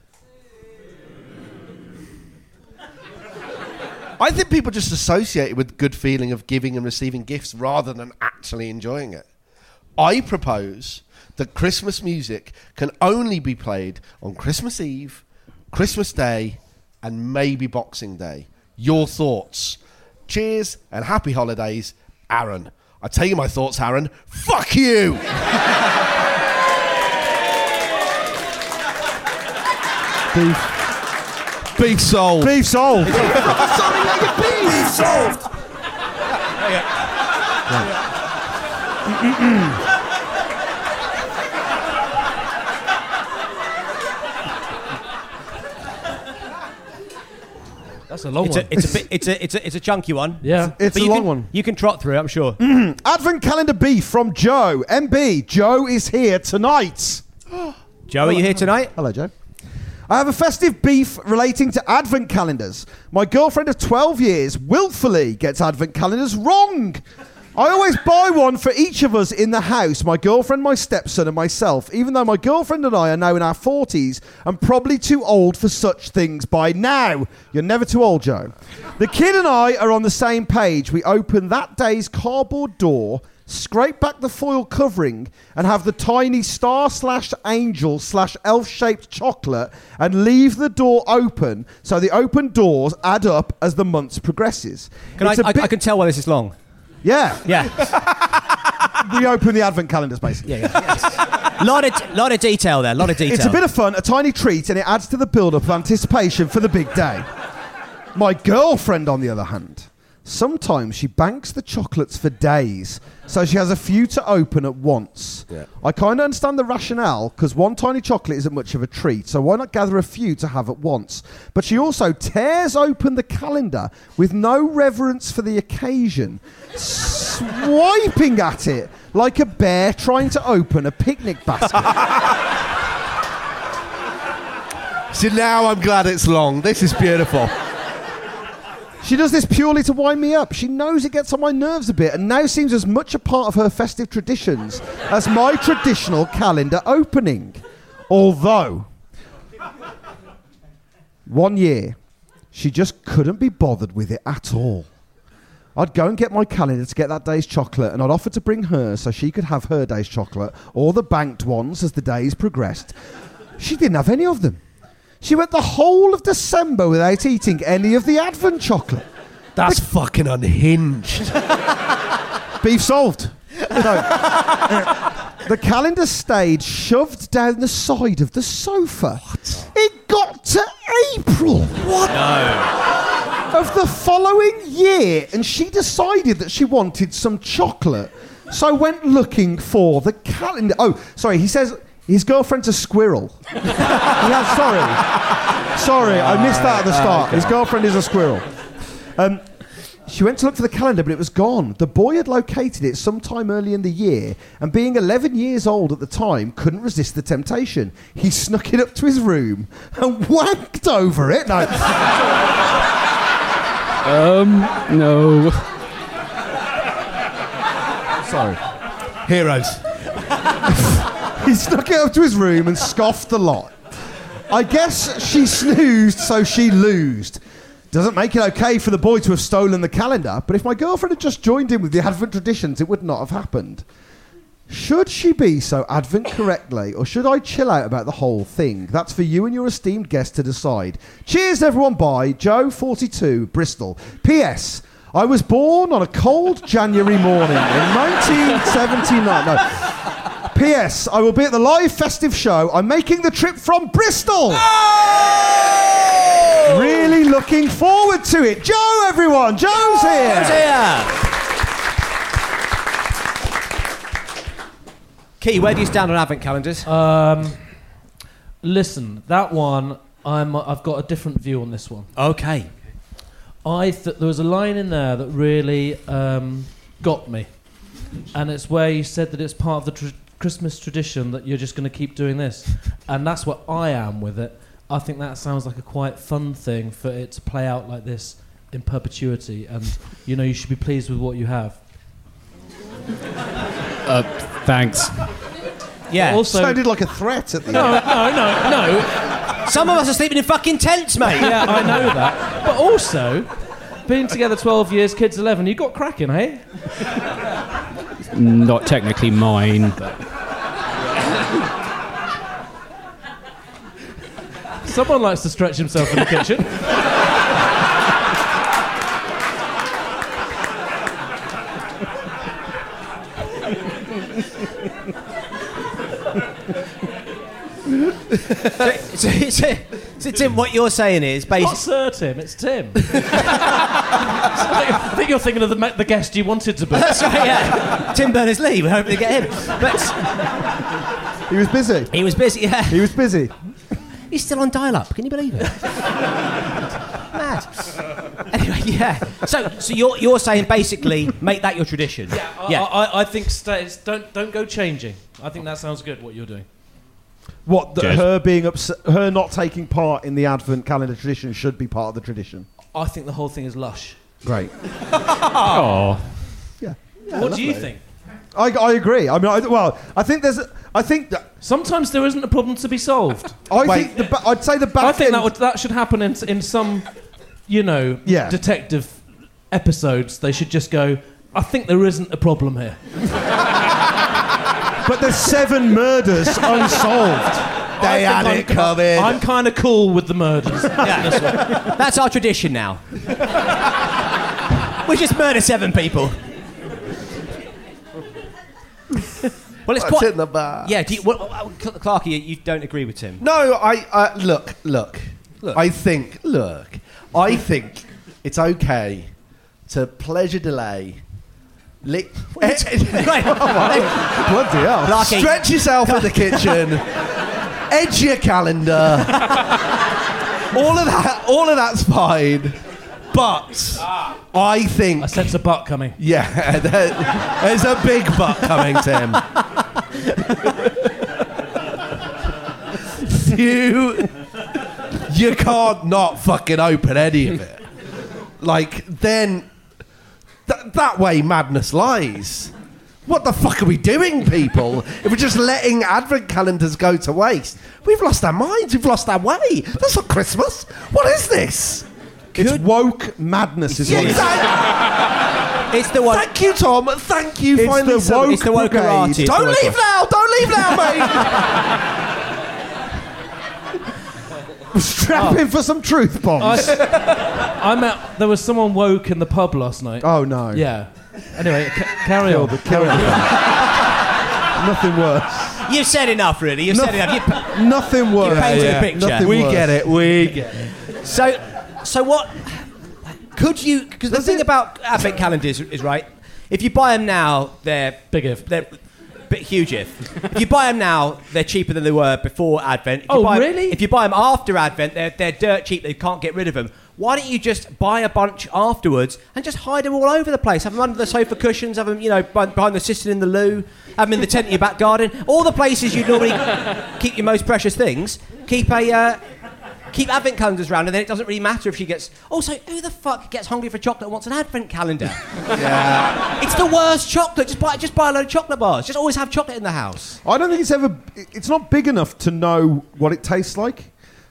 F: I think people just associate it with the good feeling of giving and receiving gifts rather than actually enjoying it. I propose that Christmas music can only be played on Christmas Eve, Christmas Day, and maybe Boxing Day. Your thoughts. Cheers and happy holidays, Aaron. I tell you my thoughts, Aaron.
B: [LAUGHS]
F: Fuck you!
H: Beef.
O: Beef solved.
H: Beef solved.
M: Beef solved.
I: That's a long
G: it's
I: one.
G: A, it's, a bit, it's, a, it's, a, it's a chunky one.
I: Yeah.
H: It's
G: But
H: a
G: you
H: long
G: can-
H: one.
G: You can trot through it, I'm sure.
H: Mm, Advent calendar beef from Joe. MB, Joe is here tonight.
G: Joe, are you here tonight?
H: Hello, Joe. I have a festive beef relating to advent calendars. My girlfriend of 12 years willfully gets advent calendars wrong. I always buy one for each of us in the house my girlfriend, my stepson, and myself, even though my girlfriend and I are now in our 40s and probably too old for such things by now. You're never too old, Joe. The kid and I are on the same page. We open that day's cardboard door scrape back the foil covering and have the tiny star slash angel slash elf shaped chocolate and leave the door open so the open doors add up as the months progresses
G: Can I- I- I can tell why this is long
H: yeah
G: yeah
H: [LAUGHS] we open the advent calendars basically
G: yeah, lot of lot of detail there. Lot of detail.
H: It's a bit of fun, a tiny treat, and it adds to the build up of anticipation for the big day. My girlfriend, on the other hand, sometimes she banks the chocolates for days, so she has a few to open at once.
M: Yeah.
H: I kind of understand the rationale because one tiny chocolate isn't much of a treat, so why not gather a few to have at once? But she also tears open the calendar with no reverence for the occasion, swiping at it like a bear trying to open a picnic basket.
F: See, now I'm glad it's long. This is beautiful.
H: She does this purely to wind me up. She knows it gets on my nerves a bit and now seems as much a part of her festive traditions as my traditional calendar opening. Although, one year, she just couldn't be bothered with it at all. I'd go and get my calendar to get that day's chocolate, and I'd offer to bring her so she could have her day's chocolate or the banked ones as the days progressed. She didn't have any of them. She went the whole of December without eating any of the advent chocolate. That's fucking unhinged. Beef solved. No. the calendar stayed shoved down the side of the sofa. It got to April. What? of the following year, and she decided that she wanted some chocolate, so went looking for the calendar. Oh, sorry, he says his girlfriend's a squirrel. [LAUGHS] yeah, sorry. Sorry, I missed that at
O: Ah,
H: the start. His girlfriend is a squirrel. Um, she went to look for the calendar, but it was gone. The boy had located it sometime early in the year, and being 11 years old at the time, couldn't resist the temptation. He snuck it up to his room and [LAUGHS] wanked over it. No.
O: Um, no.
H: Sorry.
F: Heroes.
H: [LAUGHS] he snuck it up to his room and scoffed a lot. I guess she snoozed, so she losed. Doesn't make it okay for the boy to have stolen the calendar, but if my girlfriend had just joined in with the Advent traditions, it would not have happened. Should she be so Advent correctly, or should I chill out about the whole thing? That's for you and your esteemed guest to decide. Cheers, everyone. Bye. Joe, 42, Bristol. P.S. I was born on a cold January morning in 1979. No. P.S. I will be at the live festive show. I'm making the trip from Bristol. Really looking forward to it. Joe, everyone. Joe's here.
G: Joe's here. Key, where do you stand on advent calendars?
H: Uh,
I: Um, listen, that one, I'm, I've got a different view on this one.
G: Okay.
I: I th- there was a line in there that really um, got me, and it's where you said that it's part of the tr- Christmas tradition that you're just going to keep doing this, and that's what I am with it. I think that sounds like a quite fun thing for it to play out like this in perpetuity, and you know you should be pleased with what you have.
O: Uh, thanks.
G: Yeah.
I: Also-
H: sounded like a threat at the
I: No,
H: end.
I: no, no, no.
G: Some of us are sleeping in fucking tents, mate.
I: yeah, I know that. But also, being together 12 years, kids 11, you got cracking, hey?
O: Not technically mine, but
I: Someone likes to stretch himself in the kitchen.
G: so, So, so, so Tim, what you're saying is
I: It's not
G: basically.
I: Sir Tim, it's Tim. [LAUGHS] I think you're thinking of the, ma- the guest you wanted to book. [LAUGHS]
G: That's right, yeah. [LAUGHS] Tim Berners Lee, we're hoping to get him. But
H: He was busy.
G: He was busy, yeah. He
H: was busy.
G: he's still on dial up, can you believe it? [LAUGHS] Mad. Anyway, yeah. So, so you're, you're saying basically make that your tradition.
I: I, I, I- I think stays, don't don't go changing. I think that sounds good. What you're doing.
H: What that
I: Jez.
H: her being upset, her not taking part in the Advent calendar tradition should be part of the tradition.
I: I think the whole thing is lush. [LAUGHS]
H: Great.
O: Oh.
I: what do you think?
H: I, I agree. I mean, I, well, I think there's. a- I think that
I: sometimes there isn't a problem to be
H: [LAUGHS]
I: solved.
H: I think the ba- I'd say the back
I: I think
H: end-
I: that would, that should happen in in some, you know,
H: Yeah.
I: detective episodes. They should just go. I think there isn't a problem here.
H: but there's seven
I: [LAUGHS]
H: murders unsolved.
I: I think I'm- I'm kind of cool with the
H: [LAUGHS]
I: murders.
G: That's our tradition
C: [LAUGHS]
G: now. we just murder seven people. Well, it's
C: What's
G: quite.
C: in the box?
G: Yeah, do you, well, well, Cl- Clarky, you- you don't agree
C: [LAUGHS]
G: with Tim.
C: No, I uh, look, look,
G: Look.
C: I think, look, I think it's okay to pleasure delay. Lick, [LAUGHS]
H: Bloody hell.
C: Clarky. Stretch yourself in the kitchen. Edge your calendar. all of that, all of that's fine. But I think I
I: sense a butt coming.
C: [LAUGHS] Yeah, there- there's a big butt coming, Tim. [LAUGHS] you you can't not fucking open any of it. Like then th- that way madness lies. What the fuck are we doing, people? if we're just letting advent calendars go to waste, we've lost our minds. We've lost our way. That's not Christmas. What is this?
H: it's woke madness, is
C: Yeah,
H: what it is.
G: It's the one.
C: Thank you, Tom. Thank you.
H: It's
C: finally,
H: the
C: some-
H: woke It's the woke brigade. karate. It's
C: Don't
H: the woke
C: leave
H: karate.
C: now. Don't leave now, mate.
H: Strap in for some truth
I: I,
H: bombs.
I: s- I met there was someone woke in the pub last night.
H: Oh no.
I: Yeah. Anyway, ca- carry
H: Kill
I: on.
H: the- kill Nothing worse.
G: You've said enough, really. You've said enough. You pa-
H: Nothing worse.
G: You painted a picture.
H: Nothing worse.
C: We get it.
G: So, so what? Could you? Because the thing about advent calendars is right. If you buy them now, they're
I: big if
G: they're bit huge if. if you buy them now, they're cheaper than they were before Advent. If you
I: Oh,
G: buy 'em-
I: really?
G: if you buy them after Advent, they're they're dirt cheap. They can't get rid of them. Why don't you just buy a bunch afterwards and just hide them all over the place? Have them under the sofa cushions. Have them, you know, behind behind the cistern in the loo. Have them in the tent in your back garden. All the places you normally [LAUGHS] keep your most precious things. Keep a uh, keep advent calendars round, and then it doesn't really matter if she gets. Also, who the fuck gets hungry for chocolate and wants an advent calendar? It's the worst chocolate. Just buy just buy a load of chocolate bars. Just always have chocolate in the house.
H: I don't think it's ever. It's not big enough to know what it tastes like.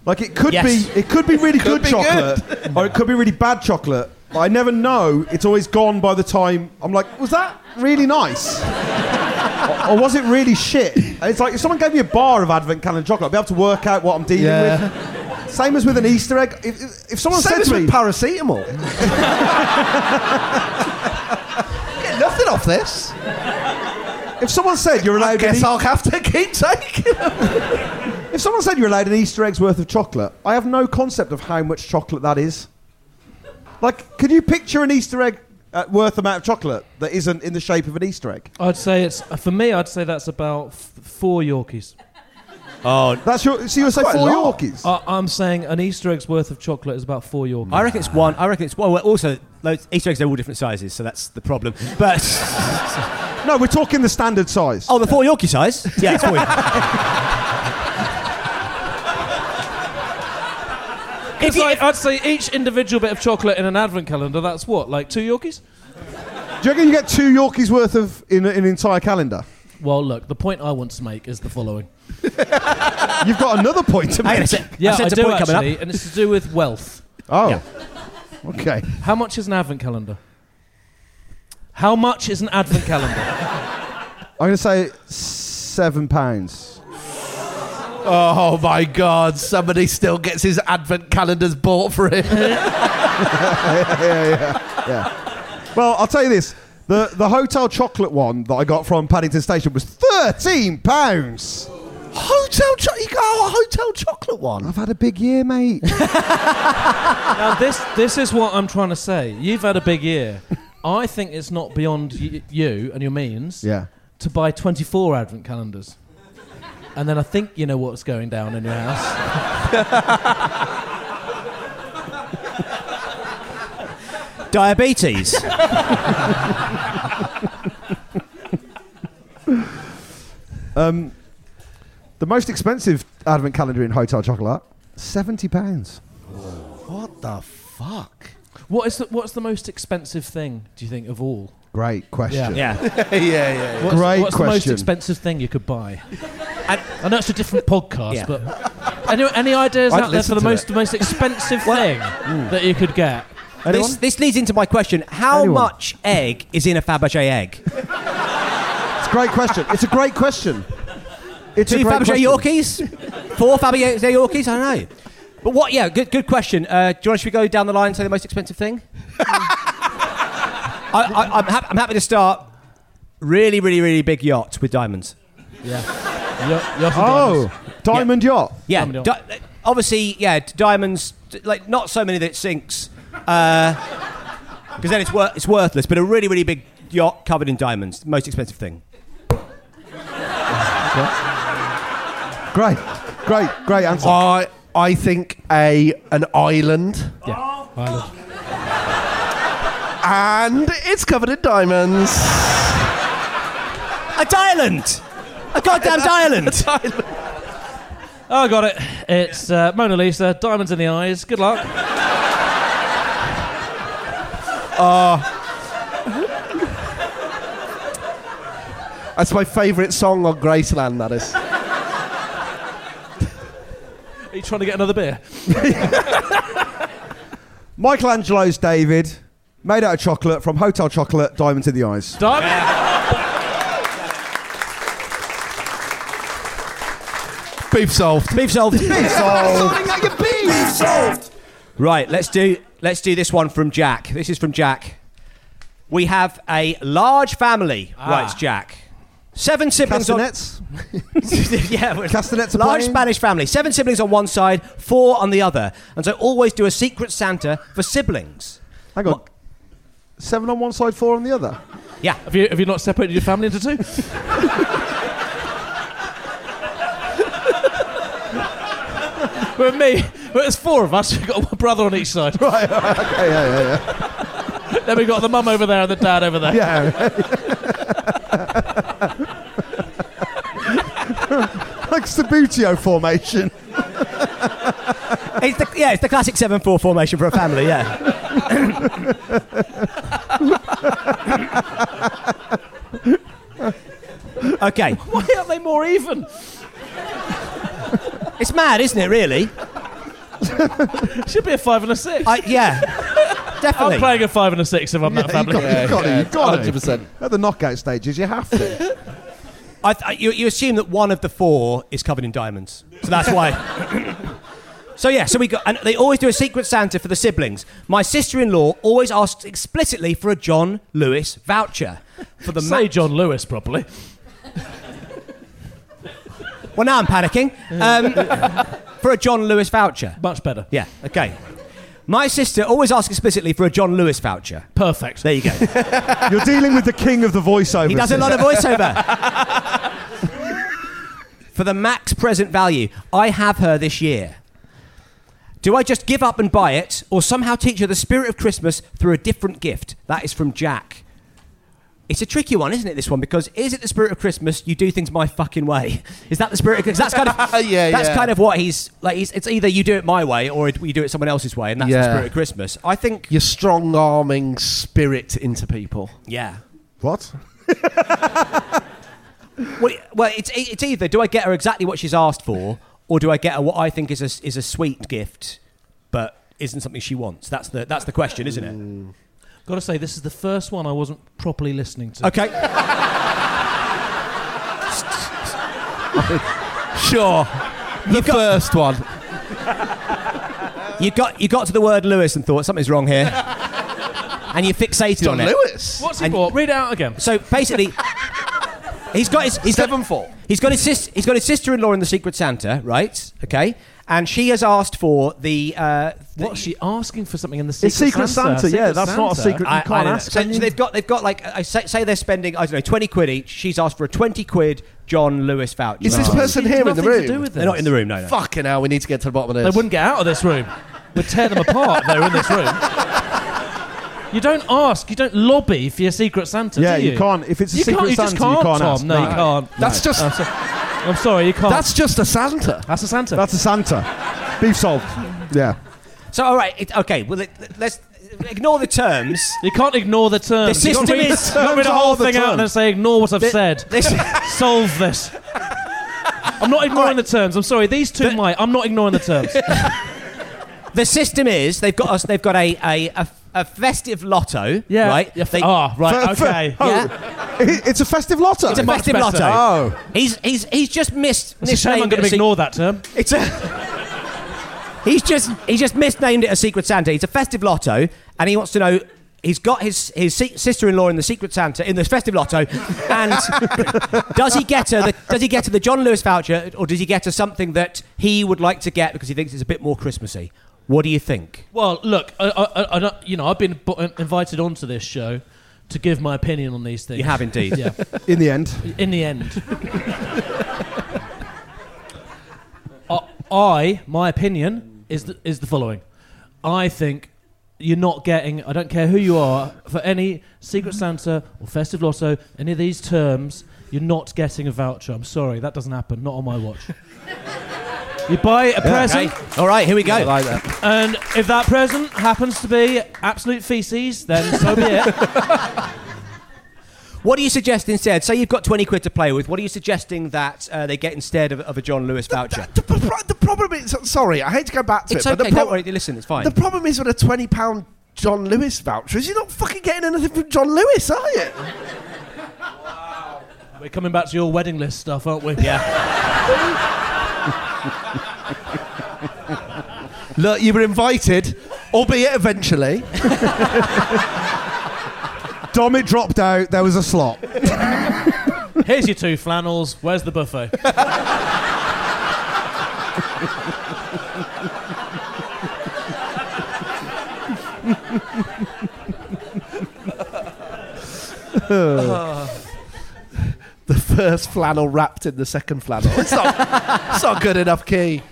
H: Like it could
G: Yes.
H: be. It could be really good
G: Could be
H: chocolate, or it could be really bad chocolate. But I never know. It's always gone by the time I'm like, was that really nice, [LAUGHS] or, or was it really shit? And it's like if someone gave me a bar of advent calendar chocolate, I'd be able to work out what I'm dealing
C: Yeah.
H: with. Same as with an Easter egg. If, if, if someone
C: Same
H: said
C: as
H: to
C: with
H: me [LAUGHS]
C: paracetamol, Get nothing off this.
H: If someone said you're allowed,
C: guess
H: an
C: I'll have to keep taking.
H: [LAUGHS] if someone said you're allowed an Easter egg's worth of chocolate, I have no concept of how much chocolate that is. Like, could you picture an Easter egg uh, worth amount of chocolate that isn't in the shape of an Easter egg?
I: I'd say it's for me. I'd say that's about f- four Yorkies.
G: Oh,
H: that's your. So you say
I: quite a
H: four
I: lot.
H: Yorkies?
I: I, I'm saying an Easter egg's worth of chocolate is about four Yorkies.
G: I reckon it's one. I reckon it's well. well, Also, loads, Easter eggs are all different sizes, so that's the problem. But
H: no, we're talking the standard size.
G: [LAUGHS] Oh, the four Yorkie size. [LAUGHS] Yeah, it's four.
I: Because like, I'd say each individual bit of chocolate in an advent calendar, that's what, like two Yorkies?
H: Do you reckon you get two Yorkies worth of in, an entire calendar?
I: Well, look, the point I want to make is the following.
H: You've got another point to
I: Hang on a
H: make.
I: sec. Yeah, I sense a I do point coming up. actually, and it's to do with wealth.
H: Oh, okay.
I: How much is an advent calendar? How much is an advent calendar?
H: I'm going to say seven pounds.
C: Oh my God! Somebody still gets his advent calendars bought for him.
H: [LAUGHS] yeah, yeah, yeah, yeah. Well, I'll tell you this: the the hotel chocolate one that I got from Paddington Station was thirteen pounds.
P: Hotel chocolate. You got a hotel chocolate one.
H: I've had a big year, mate.
I: now Uh, this this is what I'm trying to say. You've had a big year. I think it's not beyond y- you and your means.
H: Yeah.
I: To buy 24 advent calendars, and then I think you know what's going down in your house.
D: Diabetes.
H: um, the most expensive advent calendar in hotel chocolate, seventy pounds.
I: what the fuck? What is the, what's the most expensive thing? Do you think of all?
H: Great question.
C: [LAUGHS]
I: Yeah.
H: Yeah, yeah, yeah.
I: What's,
H: Great
I: what's the most
H: question.
I: expensive thing you could buy? I know it's a different podcast,
H: Yeah.
I: but any, any ideas
D: I'd
I: out there
D: listen
I: for the
D: to
I: most
D: it.
I: most expensive thing that you could get?
D: This, this leads into my question. How
I: Anyone?
D: much egg is in a Fabergé egg?
H: It's a great question. It's a great question. It's a
D: Two
H: great
D: Fabergé
H: question.
D: Yorkies? Four Fabergé Yorkies? I don't know. But what, yeah, good, good question. Uh, do you want, should we go down the line and say the most expensive
G: [LAUGHS]
D: thing? I, I, I'm, hap- I'm happy to start. Really, really, really big yacht with diamonds.
I: Yeah.
H: oh, diamond yacht.
D: Yeah, di- obviously, yeah, d- diamonds. d- Like not so many that it sinks, because then it's wor- it's worthless. But a really really big yacht covered in diamonds, most expensive thing.
H: Great, great, great answer.
B: I I think a an island.
I: Yeah,
B: island. And it's covered in diamonds.
D: A diamond. A goddamn [LAUGHS] diamond.
I: Oh, I got it. It's uh, Mona Lisa, diamonds in the eyes. Good luck.
B: That's my favourite song on Graceland. That is.
I: Are you trying to get another beer?
H: Michelangelo's David, made out of chocolate from Hotel Chocolate, diamonds in
B: [LAUGHS]
H: the eyes.
I: Diamond.
B: Beef solved.
D: Beef solved. Beef
Q: Sorting out your beef. solved.
D: Right, let's do let's do this one from Jack. This is from Jack. We have a large family,
Q: Ah.
D: writes Jack. Seven siblings
H: Castanets?
D: on [LAUGHS] yeah, well,
H: Castanets are
D: large
H: playing?
D: Spanish family. Seven siblings on one side, four on the other, and so always do a secret Santa for siblings.
H: Hang on, seven on one side, four on the other. [LAUGHS]
D: Yeah.
I: Have you have you not separated your family into two? With me, but it's four of us. We've got one brother on each side.
H: Right. Okay, yeah, yeah,
I: Then we got the mum over there and the dad over there.
H: yeah. like Sabutio formation. [LAUGHS]
D: It's the, yeah, it's the classic seven-four formation for a family. Yeah. [LAUGHS] okay.
I: Why aren't they more even?
D: It's mad, isn't it? Really?
I: Should be a five and a six.
D: I, yeah, definitely.
I: I'm playing a five and a six if I'm that family.
H: you got it. You got it.
B: 100%.
H: At the knockout stages, you have to.
D: I th- you, you assume that one of the four is covered in diamonds, so that's why. so yeah, so we got, and they always do a secret Santa for the siblings. My sister-in-law always asks explicitly for a John Lewis voucher for the
I: Say
D: ma-
I: John Lewis properly.
D: Well, now I'm panicking. Um, for a John Lewis voucher.
I: Much better.
D: Yeah. Okay. My sister always asks explicitly for a John Lewis voucher.
I: Perfect.
D: There you go.
H: You're dealing with the king of the voiceover.
D: He does a
R: [LAUGHS]
D: lot of voiceover. For the max present value, I have her this year. Do I just give up and buy it, or somehow teach her the spirit of Christmas through a different gift? That is from Jack. It's a tricky one, isn't it? This one because is it the spirit of Christmas? You do things my fucking way. Is that the spirit of Christmas? That's kind of
B: [LAUGHS] Yeah,
D: That's
B: yeah.
D: kind of what he's like. He's, it's either you do it my way or it- you do it someone else's way, and that's the
B: Yeah.
D: spirit of Christmas. I think.
B: You're strong arming spirit into people.
D: Yeah.
H: What?
D: Well, it- well it's, it's either do I get her exactly what she's asked for, or do I get her what I think is a, is a sweet gift, but isn't something she wants? That's the, that's the question, isn't it?
I: Got to say, this is the first one I wasn't properly listening to.
D: Okay. sure. The first one. You got, you got to the word Lewis and thought something's wrong here. And you fixated
B: John
D: on it.
B: Lewis?
I: What's he bought? Read it out again.
D: So basically, He's got his he's seven four. He's got his sis, he's got his sister-in-law in the Secret Santa, right? Okay, and she has asked for the. Uh, What's
I: Oh, she asking for something in the
H: Secret Secret Santa? Santa, yeah, Secret that's not a Santa? secret you can't
D: don't know.
H: ask,
D: So,
H: can
D: so
H: you?
D: they've got they've got like I say, say they're spending I don't know twenty quid each. She's asked for a twenty quid John Lewis voucher.
R: Is this person here in the room?
D: They're not in the room. No, no.
R: Fucking hell, we need to get to the bottom of this.
I: They wouldn't get out of this room. We'd tear them apart if they were in this room. You don't ask, you don't lobby for your Secret Santa,
H: Yeah,
I: do
H: you
I: you?
H: can't. If it's a
I: You
H: Secret
I: can't, you just
H: Santa, you
I: can't,
H: can't
I: Tom.
H: ask.
I: No, you
H: No.
I: can't.
H: That's
I: No.
H: just-
I: I'm, so- I'm sorry, you can't.
H: That's
R: just a Santa.
I: That's a Santa.
H: That's a Santa. Beef solved. Yeah.
D: So all right, it, okay. Well, let, let's ignore the terms. [LAUGHS]
I: You can't ignore the terms.
D: The system
I: You've got to read-
D: is.
I: you've got to read the whole thing out and then say, ignore what I've
D: Thi-
I: said.
D: this-
I: Solve
H: [LAUGHS]
I: this. I'm not ignoring the terms. I'm sorry. These two might. I'm not ignoring the terms.
D: The system is they've got us. They've got a a, a, a festive lotto.
I: Yeah.
D: Right.
I: Yeah, ah, right, [LAUGHS] okay.
H: [LAUGHS] oh,
D: yeah.
H: it- It's a festive lotto.
D: It's a festive lotto. He's he's he's just missed.
I: It's a shame
D: misnamed
I: I'm
D: it
I: going to
D: a sec-
I: ignore that term.
D: It's a. He's just he's just misnamed it a Secret Santa. It's a festive lotto, and he wants to know. He's got his his se- sister-in-law in the Secret Santa in the festive lotto, and [LAUGHS] does he get her? The, does he get her the John Lewis voucher, or does he get her something that he would like to get because he thinks it's a bit more Christmassy? What do you think?
I: Well, look, I, I, I, I, don't- you know, I've been bu- invited onto this show to give my opinion on these things.
D: You have
I: [LAUGHS]
D: indeed.
I: Yeah.
H: In the end.
I: In the end. I, Uh, I, my opinion is the, is the following. I think you're not getting. I don't care who you are for any Secret Santa or Festive Lotto, any of these terms. You're not getting a voucher. I'm sorry, that doesn't happen. Not on my watch. you buy a
D: Yeah.
I: present.
D: Okay. All right, here we go. I like
I: that. And if that present happens to be absolute feces, then so be it. [LAUGHS]
D: What do you suggest instead? Say you've got twenty quid to play with. What are you suggesting that uh, they get instead of, of a John Lewis voucher?
R: The problem is, sorry, I hate to go back to
D: it's
R: it, but
D: okay.
R: the,
D: don't
R: pro-
D: worry. Listen, it's fine.
R: the problem is with a twenty pound John Lewis voucher is you're not fucking getting anything from John Lewis, are you?
I: We're coming back to your wedding list stuff, aren't we? Yeah.
R: Look, you were invited, albeit eventually.
H: Dom, it dropped out. There was a slot.
I: Here's your two flannels. Where's the buffet?
R: the first flannel wrapped in the second flannel. It's not, it's not good enough, Key.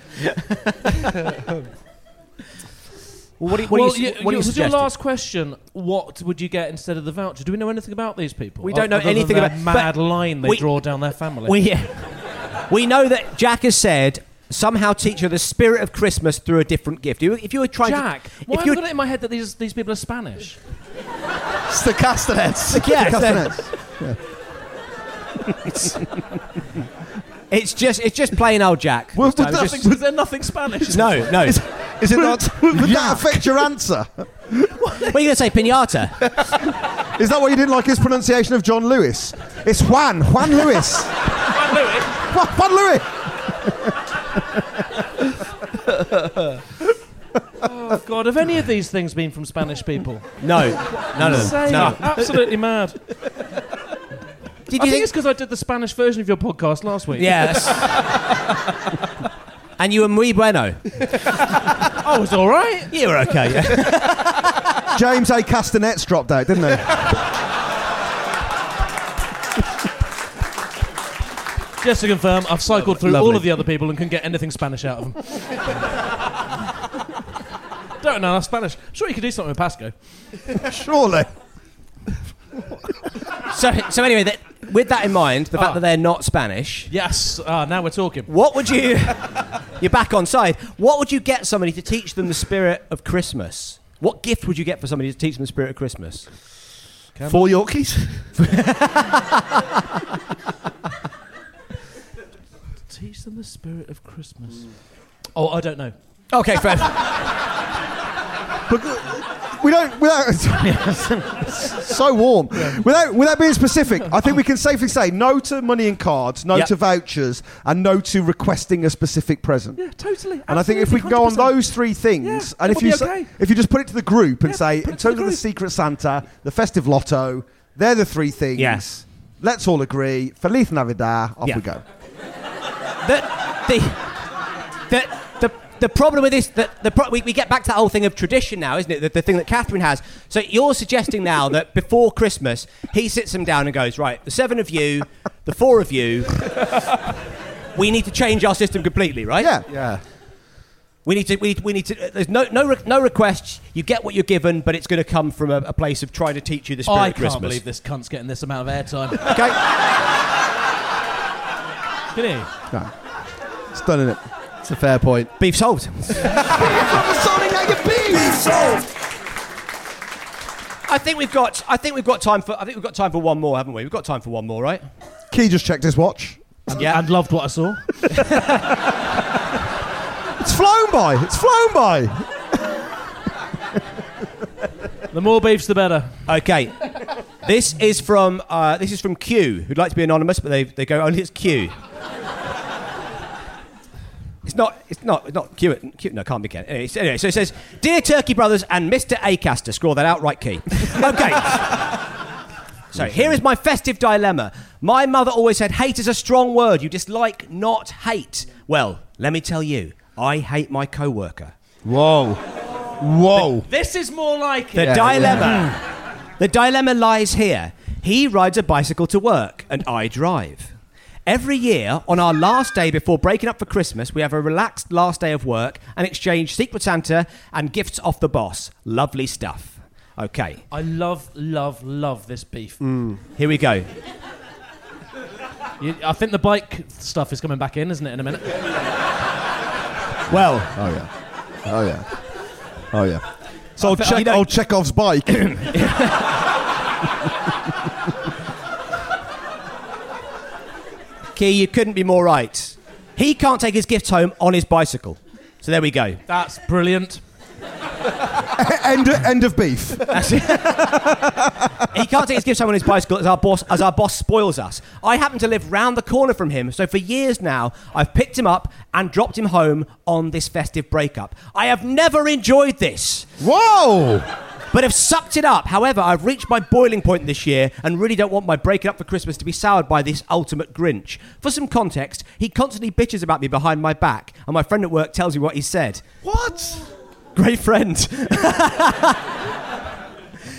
D: Well, what do you, what
I: well,
D: do you,
I: you-
D: what do
I: you-
D: you
I: was your
D: suggest?
I: last question? What would you get instead of the voucher? Do we know anything about these people?
D: We don't know
I: Other than
D: anything
I: their
D: about-
I: mad
D: but
I: line they
D: we-
I: draw down their family.
D: We, [LAUGHS] we know that Jack has said somehow teach her the spirit of Christmas through a different gift. You- If you were trying
I: Jack,
D: to,
I: why
D: if
I: have
D: you
I: I got it in my head that these these people are Spanish?
R: It's the castanets.
D: Yeah, it's
R: castanets.
D: it's, it's just it's just plain old Jack.
H: Well,
D: This time.
H: well,
D: It's
H: nothing-
D: just-
I: Is there nothing Spanish?
D: no, no.
H: Is, is it not? Would that affect your answer?
D: what are you going to say, pinata?
H: Is that why you didn't like his pronunciation of John Lewis? It's Juan. Juan Lewis.
I: Juan Lewis.
H: Juan, Juan Lewis.
I: oh God, have any of these things been from Spanish people?
D: Uh, No, none of them.
I: Insane.
D: No.
I: absolutely mad.
D: Did you
I: I think,
D: think-
I: it's because I did the Spanish version of your podcast last week.
D: Yes. [LAUGHS] and you were muy bueno.
I: I was all right.
D: You were okay.
H: James A. Castanets dropped out,
R: [LAUGHS]
H: didn't he?
I: Just to confirm, I've cycled through
H: Lovely.
I: all of the other people and couldn't get anything Spanish
D: [LAUGHS]
I: out of them. Don't know enough Spanish. Sure, you could do something with Pasco.
H: Surely.
D: so, so anyway, that, with that in mind, the fact that they're not Spanish.
I: Yes. Ah, now we're talking.
D: What would you? you're back on side. What would you get somebody to teach them the spirit of Christmas? What gift would you get for somebody to teach them the spirit of Christmas?
R: Four Yorkies.
I: Teach them the spirit of Christmas. Oh, I don't know.
D: Okay, fair.
H: We don't. [LAUGHS] Without,
I: [LAUGHS]
H: so warm. Without, without being specific, I think we can safely say no to money and cards, no
I: Yep.
H: to vouchers, and no to requesting a specific present.
I: Yeah, totally.
H: And I think if we can go on those three things, and
I: it
H: if
I: would
H: you
I: be
H: s-
I: okay.
H: if you just put it to the group and say, in
I: to the
H: terms of the Secret Santa, the festive lotto, they're the three things.
D: Yes.
H: Let's all agree. Feliz Navidad. Off
D: Yeah.
H: we go.
D: that the the the the problem with this that the pro- we, we get back to that whole thing of tradition now, isn't it? The, the thing that Catherine has. So you're suggesting now [LAUGHS] that before Christmas, he sits them down and goes, right, the seven of you, the four of you, we need to change our system completely, right? Yeah,
H: yeah.
D: We need to. We need, we need to. uh, There's no no re- no requests. You get what you're given, but it's going to come from a, a place of trying to teach you the spirit
I: I
D: of
I: can't
D: Christmas.
I: believe this cunt's getting this amount of
H: [LAUGHS]
I: airtime. okay. Did he?
H: No. It's done, is it?
G: It's a fair point.
D: Beef solved. I think we've got. I think we've got time for. I think we've got time for one more, haven't we? We've got time for one more, right?
H: Key just checked his watch.
D: Yeah.
I: And loved what I saw.
H: It's flown by. It's flown by.
I: The more beefs, the better.
D: Okay. This is from uh, this is from Q, who'd like to be anonymous, but they they go only it's Q. It's not. It's not. It's not Q. Q no, it can't be Ken. Anyway, so- anyway, so it says, "Dear Turkey Brothers and Mr. Acaster." Scroll that out, right key. Okay. [LAUGHS] So here is my festive dilemma. My mother always said hate is a strong word. You dislike, not hate. Well, let me tell you, I hate my co-worker.
G: Whoa. Whoa.
I: This is more like
D: The
I: it.
D: dilemma. the dilemma lies here. He rides a bicycle to work, and I drive. Every year, on our last day before breaking up for Christmas, we have a relaxed last day of work and exchange Secret Santa and gifts off the boss. Lovely stuff. Okay,
I: I love, love, love this beef.
H: Mm.
D: here we go.
I: You, I think the bike stuff is coming back in, isn't it, in a minute?
D: Well.
H: Oh yeah. Oh yeah. Oh yeah. E-, So
I: I
H: old,
I: fe-
H: check,
I: you know-
G: oh,
H: old Chekhov's [COUGHS] bike.
D: Key, you couldn't be more right. He can't take his gifts home on his bicycle. So there we go.
I: That's brilliant.
H: end, end of beef.
D: That's it. he can't take his gifts home on his bicycle as our boss as our boss spoils us. I happen to live round the corner from him, so for years now I've picked him up and dropped him home on this festive breakup. I have never enjoyed this.
H: Whoa!
D: But have sucked it up. However, I've reached my boiling point this year and really don't want my breaking up for Christmas to be soured by this ultimate Grinch. For some context, he constantly bitches about me behind my back, and my friend at work tells me what he said.
G: What?
D: Great friend. [LAUGHS]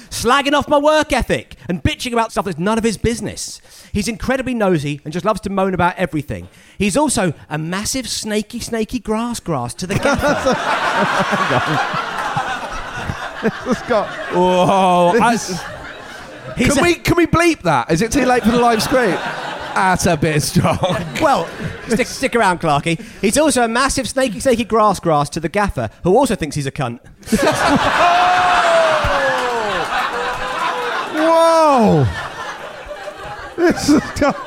D: slagging off my work ethic and bitching about stuff that's none of his business. He's incredibly nosy and just loves to moan about everything. He's also um, a massive snaky, snaky grass grass to the gaffer.
H: It's got.
G: Whoa. Oh, I-
D: [LAUGHS] He's
G: can,
D: a-
G: we, can we bleep that? Is it too late for the live screen? That's a bit strong.
D: well, stick, stick around, Clarky. He's also a massive snaky, snaky grass grass to the gaffer, who also thinks he's a cunt.
H: Whoa! [LAUGHS]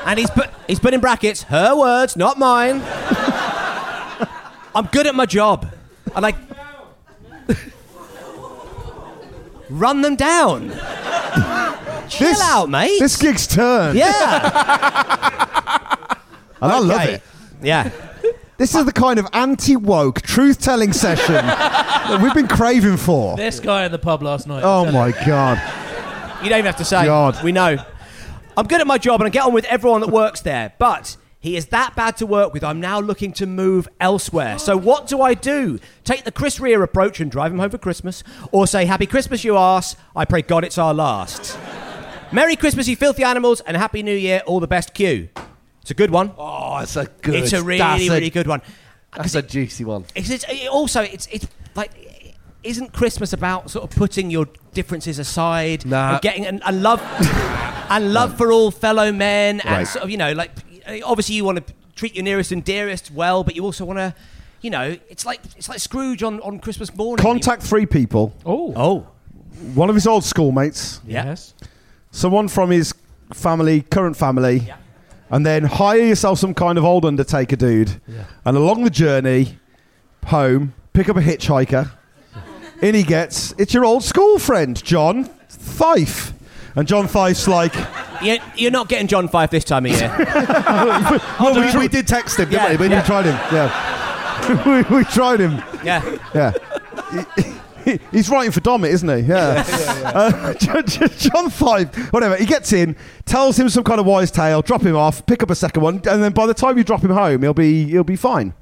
D: and he's put he's put in brackets her words, not mine. I'm good at my job. I like run them down. Chill
H: This-
D: out, mate.
H: This gig's turned.
D: Yeah.
H: And I love
D: Okay.
H: it.
D: [LAUGHS] Yeah.
H: This is the kind of anti woke truth telling [LAUGHS] session that we've been craving for.
I: This guy in the pub last night.
H: Oh my god.
D: You don't even have to say.
H: God.
D: We know. I'm good at my job and I get on with everyone that works there, but he is that bad to work with. I'm now looking to move elsewhere. So what do I do? Take the Chris Rea approach and drive him home for Christmas, or say Happy Christmas, you arse. I pray God it's our last. Merry Christmas, you filthy animals, and Happy New Year. All the best, Q. It's a good one.
G: Oh, it's a good.
D: It's a really,
G: that's
D: really good one.
G: That's a juicy one.
D: It's, it's, it also, it's, it's like, isn't Christmas about sort of putting your differences aside
G: Nah.
D: and getting and, and love and love for all fellow men and
G: Right.
D: sort of you know like obviously you want to treat your nearest and dearest well, but you also want to. You know, it's like it's like Scrooge on, on Christmas morning.
H: Contact three people.
I: Oh.
D: Oh.
H: One of his old schoolmates.
I: Yes.
H: Someone from his family, current family. And then hire yourself some kind of old undertaker dude. And along the journey home, pick up a hitchhiker. In he gets, it's your old school friend, John Fife. And John Fife's like,
D: You're, you're not getting John Five this time of year.
H: well,
G: we, we did text him, didn't
D: Yeah,
G: we? We
H: [LAUGHS] We
G: did-
H: tried him. Yeah. we, we tried him.
D: yeah.
H: Yeah. He- He's writing for Domit, isn't he? Yeah. Uh, [LAUGHS] John, John 5, whatever. He gets in, tells him some kind of wise tale, drop him off, pick up a second one, and then by the time you drop him home, he'll be, he'll be fine.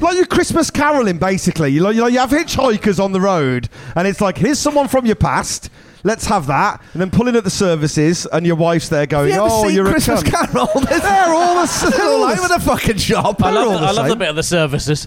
H: Like your Christmas caroling, basically. You, like, you, like, you have hitchhikers on the road, and it's like, here's someone from your past. Let's have that, and then pull in at the services, and your wife's there going,
S: you ever
H: "Oh,
S: seen
H: you're
S: Christmas
H: a cunt."
S: Carol?
H: [LAUGHS] They're all the
S: [LAUGHS]
H: s-
S: They're all over the fucking shop.
I: I
H: They're all
I: love, the, I love the
H: same.
I: bit of the services.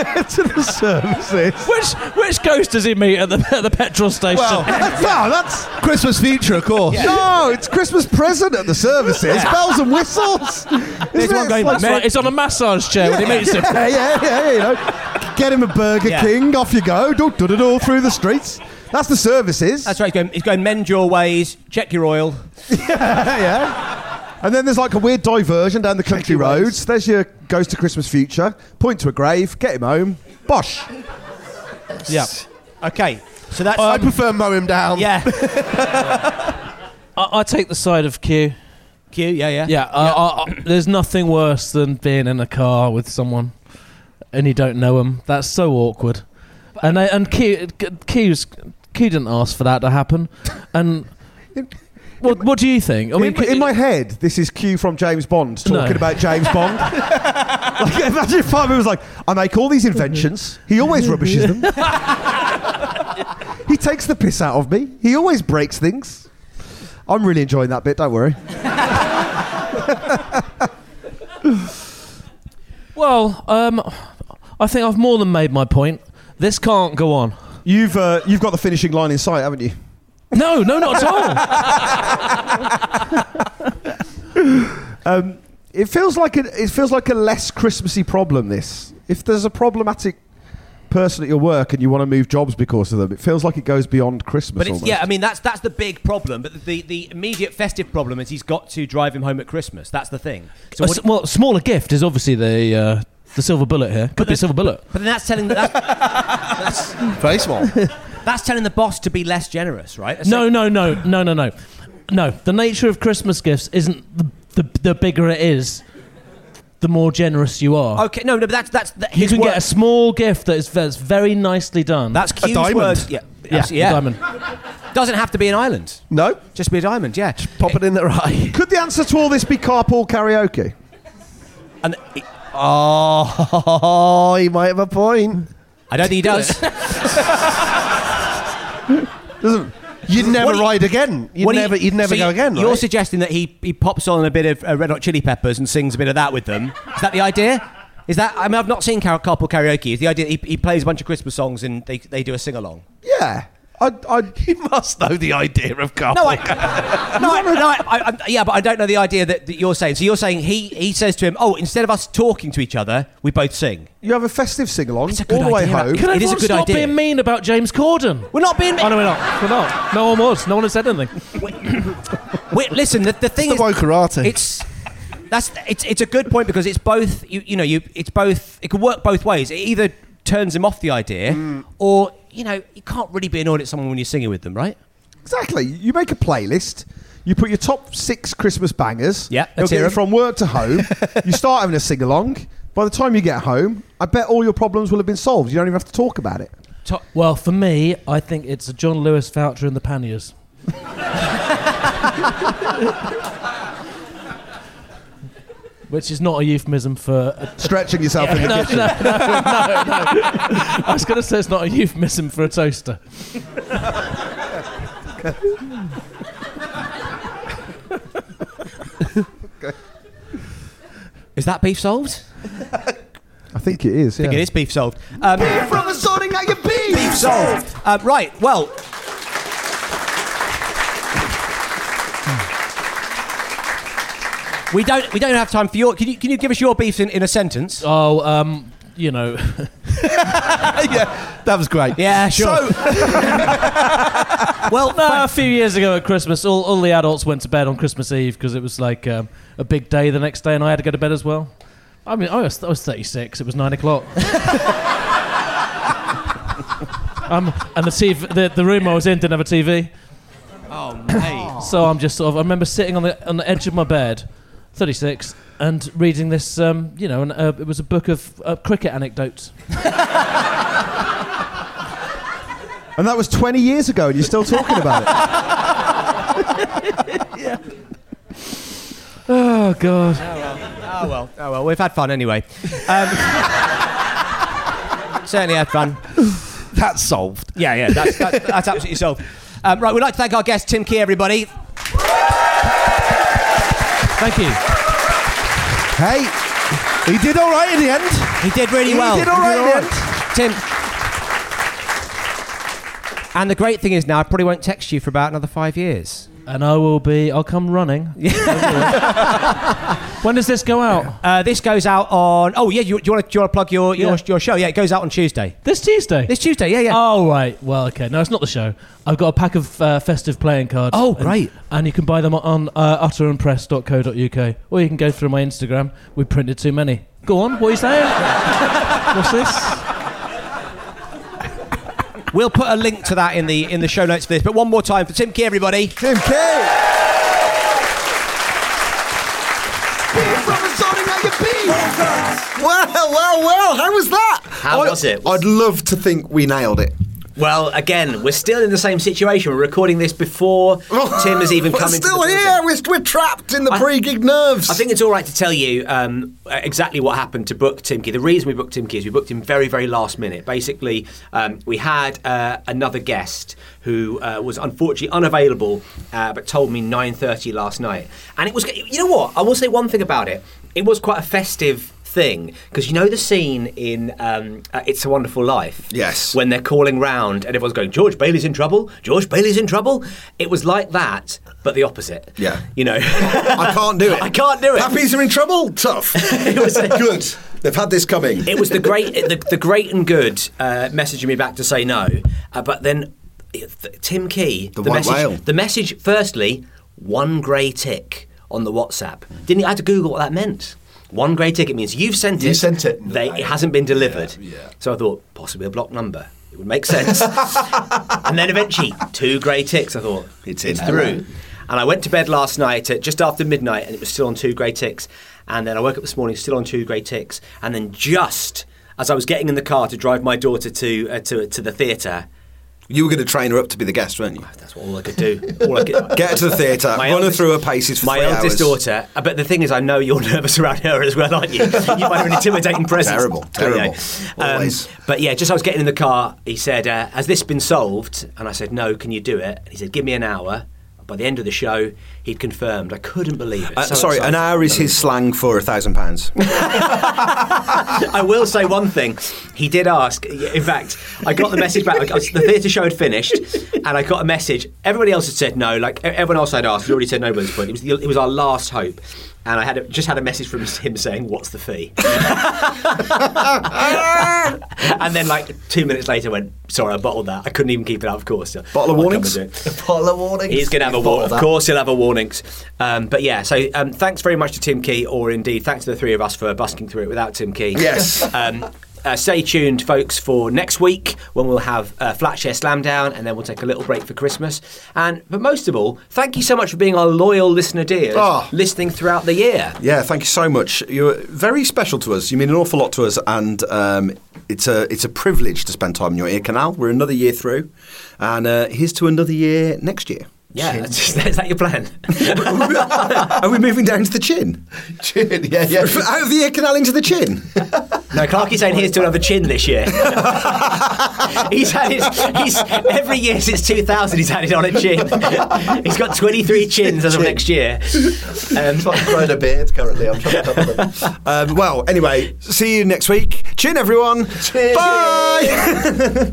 H: Get to the services.
I: Which which ghost does he meet at the, at the petrol station?
H: Well, that's, no, that's
S: Christmas future, of course.
H: No, it's Christmas present at the services.
I: Yeah.
H: Bells and whistles. Isn't
I: There's one
H: it?
I: going,
H: It's
I: that's right, it's on a massage chair when he meets [LAUGHS] him.
H: [LAUGHS] Yeah, yeah, yeah, you know. Get him a Burger
D: Yeah.
H: King, off you go. Do do do do through the streets. That's the services.
D: That's right. He's going, he's going mend your ways, check your oil.
H: yeah, [LAUGHS] yeah. And then there's like a weird diversion down the country roads. There's your goes to Christmas future. Point to a grave, get him home. Bosh.
I: Yeah.
D: Okay. So that's.
G: I prefer mow him down.
D: Yeah.
I: I, I take the side of Q.
D: Q, yeah, yeah.
I: Yeah, I, I, I, there's nothing worse than being in a car with someone and you don't know them. That's so awkward. And they, and Q, Q's, Q didn't ask for that to happen. And what, what do you think? I mean,
H: in, in my head, this is Q from James Bond talking
I: No.
H: about James Bond. like, imagine if Fireman was like, I make all these inventions. He always rubbishes them. he takes the piss out of me. He always breaks things. I'm really enjoying that bit. Don't worry.
I: well, um, I think I've more than made my point. This can't go on.
H: You've uh, you've got the finishing line in sight, haven't you?
I: No, no, not at [LAUGHS] all.
H: Um, it feels like a, it feels like a less Christmassy problem. This, if there's a problematic person at your work and you want to move jobs because of them, it feels like it goes beyond Christmas.
D: But it's,
H: almost.
D: yeah, I mean that's that's the big problem. But the, the immediate festive problem is he's got to drive him home at Christmas. That's the thing. So
I: A
D: what,
I: s- well, smaller gift is obviously the uh, the silver bullet here. Could be a silver bullet.
D: but then that's telling the, that's,
G: Very small.
H: [LAUGHS]
D: that's telling the boss to be less generous, right?
I: No, no, no, no, no, no, no. The nature of Christmas gifts isn't the the, the bigger it is, the more generous you are.
D: Okay, no, no. But that's that's that,
I: You
D: his
I: can
D: work,
I: get a small gift that is that's very nicely done.
D: That's Q's
I: diamond.
D: words. Yeah,
I: Yeah,
D: abso- yeah.
I: a diamond.
D: Doesn't have to be an island.
G: No,
D: just be a diamond. Yeah,
G: pop it in their eye.
H: [LAUGHS] Could the answer to all this be carpool karaoke?
D: and [LAUGHS]
G: Oh, he might have a point.
D: I don't think he does. [LAUGHS]
H: Doesn't
G: You'd never
D: What do you-
G: ride again. You'd
D: What do you-
G: never, you, would never
D: so
G: go
D: you-
G: again.
D: You're
G: right?
D: suggesting that he, he pops on a bit of uh, Red Hot Chili Peppers and sings a bit of that with them. Is that the idea? Is that I mean I've not seen car- carpool karaoke. Is the idea that he, he plays a bunch of Christmas songs and they, they do a sing along?
H: Yeah. I,
D: [LAUGHS]
H: I,
G: you must know the idea of carpool.
D: No, I,
H: [LAUGHS]
D: no, I, no, I, I, I- yeah, but I don't know the idea that, that you're saying. So you're saying he he says to him, oh, instead of us talking to each other, we both sing.
H: you have a festive sing along all
D: It's a good
H: the way
D: idea, that.
H: home.
I: Can
D: It is a
I: everyone
D: good
I: stop
D: idea.
I: being mean about James Corden?
D: We're not being.
I: Oh no, we're not. We're not. No one was. No one has said anything.
D: Wait, listen, the, the thing
G: the
D: is,
G: wokarati.
D: It's that's it's it's a good point because it's both you you know you it's both it could work both ways. It either turns him off the idea, or you know you can't really be annoyed at someone when you're singing with them, right?
H: Exactly. You make a playlist. You put your top six Christmas bangers.
D: Yeah,
H: You'll
D: that's
H: get
D: it.
H: it from work
D: [LAUGHS]
H: to home. you start having a sing along. By the time you get home, I bet all your problems will have been solved. You don't even have to talk about it.
I: To- well, for me, I think it's a John Lewis voucher in the panniers. [LAUGHS] Which is not a euphemism for. A-
H: Stretching yourself in the
I: no, no,
H: kitchen.
I: no, no, no. I was going to say it's not a euphemism for a toaster.
D: Is that beef solved?
H: I think it is. Yeah.
D: I think it is beef solved. Um,
T: Beef from the sorting out your beef.
D: beef solved. Uh, right. Well. We don't, we don't have time for your. Can you, can you give us your beefs in, in a sentence?
I: Oh, um, you know.
G: yeah, that was great.
D: Yeah, sure.
I: [LAUGHS]
D: well,
I: No, a few years ago at Christmas, all, all the adults went to bed on Christmas Eve because it was like um, a big day the next day, and I had to go to bed as well. I mean, I was, I was 36. It was nine o'clock. um, and the, TV, the the room I was in didn't have a TV,
D: Oh, mate.
I: so I'm just sort of. I remember sitting on the on the edge of my bed, 36, and reading this, um, you know, and, uh, it was a book of uh, cricket anecdotes.
U: And that was 20 years ago, and you're still talking about it.
I: Oh God.
G: Oh well, oh well, we've had fun anyway. Um, [LAUGHS] certainly had fun.
H: That's solved.
G: Yeah, yeah, that's, that's, that's absolutely solved. Um, right, we'd like to thank our guest Tim Key, everybody.
I: Thank you.
H: Hey, he did all right in the end.
G: He did really
H: He
G: well.
H: did all right in the
G: Tim. And the great thing is now I probably won't text you for about another five years.
I: And I will be. I'll come running. [LAUGHS] when does this go out?
G: Uh, this goes out on. Oh yeah, you, do you want to plug your, your
I: Yeah.
G: your show? Yeah, it goes out on Tuesday.
I: This Tuesday.
G: This Tuesday. Yeah, yeah.
I: Oh right. Well, okay. No, it's not the show. I've got a pack of uh, festive playing cards.
G: Oh,
I: and,
G: great.
I: And you can buy them on uh, utterandpress.co.uk, or you can go through my Instagram. We printed too many. Go on. What are you [LAUGHS] saying? What's this?
G: We'll put a link to that in the in the show notes for this. But one more time for Tim Key, everybody. Tim Key.
V: from the zoning how you be.
B: Well, well, well. How was that?
D: How was it?
B: I'd love to think we nailed it.
D: Well, again, we're still in the same situation. We're recording this before Tim has even
B: Oh, [LAUGHS] We're
D: come into the
B: still
D: building.
B: here. We're, we're trapped in the pre-gig nerves.
D: I think it's all right to tell you um, exactly what happened to book Timkey. The reason we booked Timkey is we booked him very, very last minute. Basically, um, we had uh, another guest who uh, was unfortunately unavailable, uh, but told me 9:30 last night. And it was, you know what? I will say one thing about it. It was quite a festive thing because you know the scene in um, uh, It's a Wonderful Life. Yes. When they're calling round and everyone's going, George Bailey's in trouble. George Bailey's in trouble. It was like that, but the opposite.
B: Yeah.
D: You know.
B: I can't do it.
D: I can't do it.
B: Puppies are in trouble. [LAUGHS] Tough. Good. They've had this coming.
D: it was the great, the, the great and good uh, messaging me back to say no, uh, but then if- Tim Key, the,
B: white
D: message,
B: whale.
D: the message. Firstly, one grey tick on the WhatsApp. Didn't I had to Google what that meant? One grey tick. It means you've sent it. You sent it. They, it hasn't been delivered. So I thought possibly a block number. It would make [LAUGHS] sense. and then eventually two grey ticks. I thought it's, it's through. And I went to bed last night at just after midnight, and it was still on two grey ticks. And then I woke up this morning, still on two grey ticks. And then just as I was getting in the car to drive my daughter to uh, to to the theatre,
B: You were going to train her up to be the guest, weren't you?
D: that's all I could do. All I could,
B: Get her [LAUGHS] to the theatre. Run her through her paces for
D: my
B: three
D: eldest
B: hours.
D: daughter. uh, But the thing is, I know you're [LAUGHS] nervous around her as well, aren't you? You find her an intimidating presence.
B: Terrible, terrible.
D: Yeah. Um, but yeah, just as I was getting in the car, he said, uh, "Has this been solved?" And I said, "No. Can you do it?" And he said, "Give me an hour." By the end of the show, he'd confirmed. I couldn't believe it.
B: Uh,
D: So
B: sorry, an
D: excited.
B: hour is his slang for a thousand [LAUGHS] pounds.
D: I will say one thing. He did ask. In fact, I got the message back. I- The theatre show had finished, and I got a message. Everybody else had said no. Like e- everyone else I'd asked had already said no by this point. It was, the, it was our last hope, and I had a, just had a message from him saying, "What's the fee?" [LAUGHS] and then, like two minutes later, I went, "Sorry, I bottled that. I couldn't even keep it out of course."
B: Bottle of
D: I'll come
B: warnings?
D: and do it.
B: Bottle of warnings.
D: He's going to have a warning. Of course, he'll have a warnings. Um, but yeah, so um, thanks very much to Tim Key, or indeed thanks to the three of us for busking through it without Tim Key.
B: Yes.
D: [LAUGHS] Um, uh, stay tuned, folks, for next week when we'll have uh, Flatshare Slam Down, and then we'll take a little break for Christmas. And but most of all, thank you so much for being our loyal listener, dears,
B: Ah.
D: listening throughout the year.
B: Yeah, thank you so much. You're very special to us. You mean an awful lot to us, and um, it's a it's a privilege to spend time in your ear canal. We're another year through, and uh, here's to another year next year.
D: Yeah, that's, [LAUGHS] is that your plan?
B: [LAUGHS] Are we moving down to the chin? [LAUGHS] Chin, yeah, yeah.
D: [LAUGHS]
B: Out of the ear canal into the chin.
D: No, Clark is saying here's to another chin this year. he's had his, he's, every year since 2000, he's had it on a chin. [LAUGHS] he's got 23 chins as of next year. Um,
B: [LAUGHS] growing a beard currently. I'm trying to cover them. Um, well, anyway, see you next week. Chin, everyone. Bye.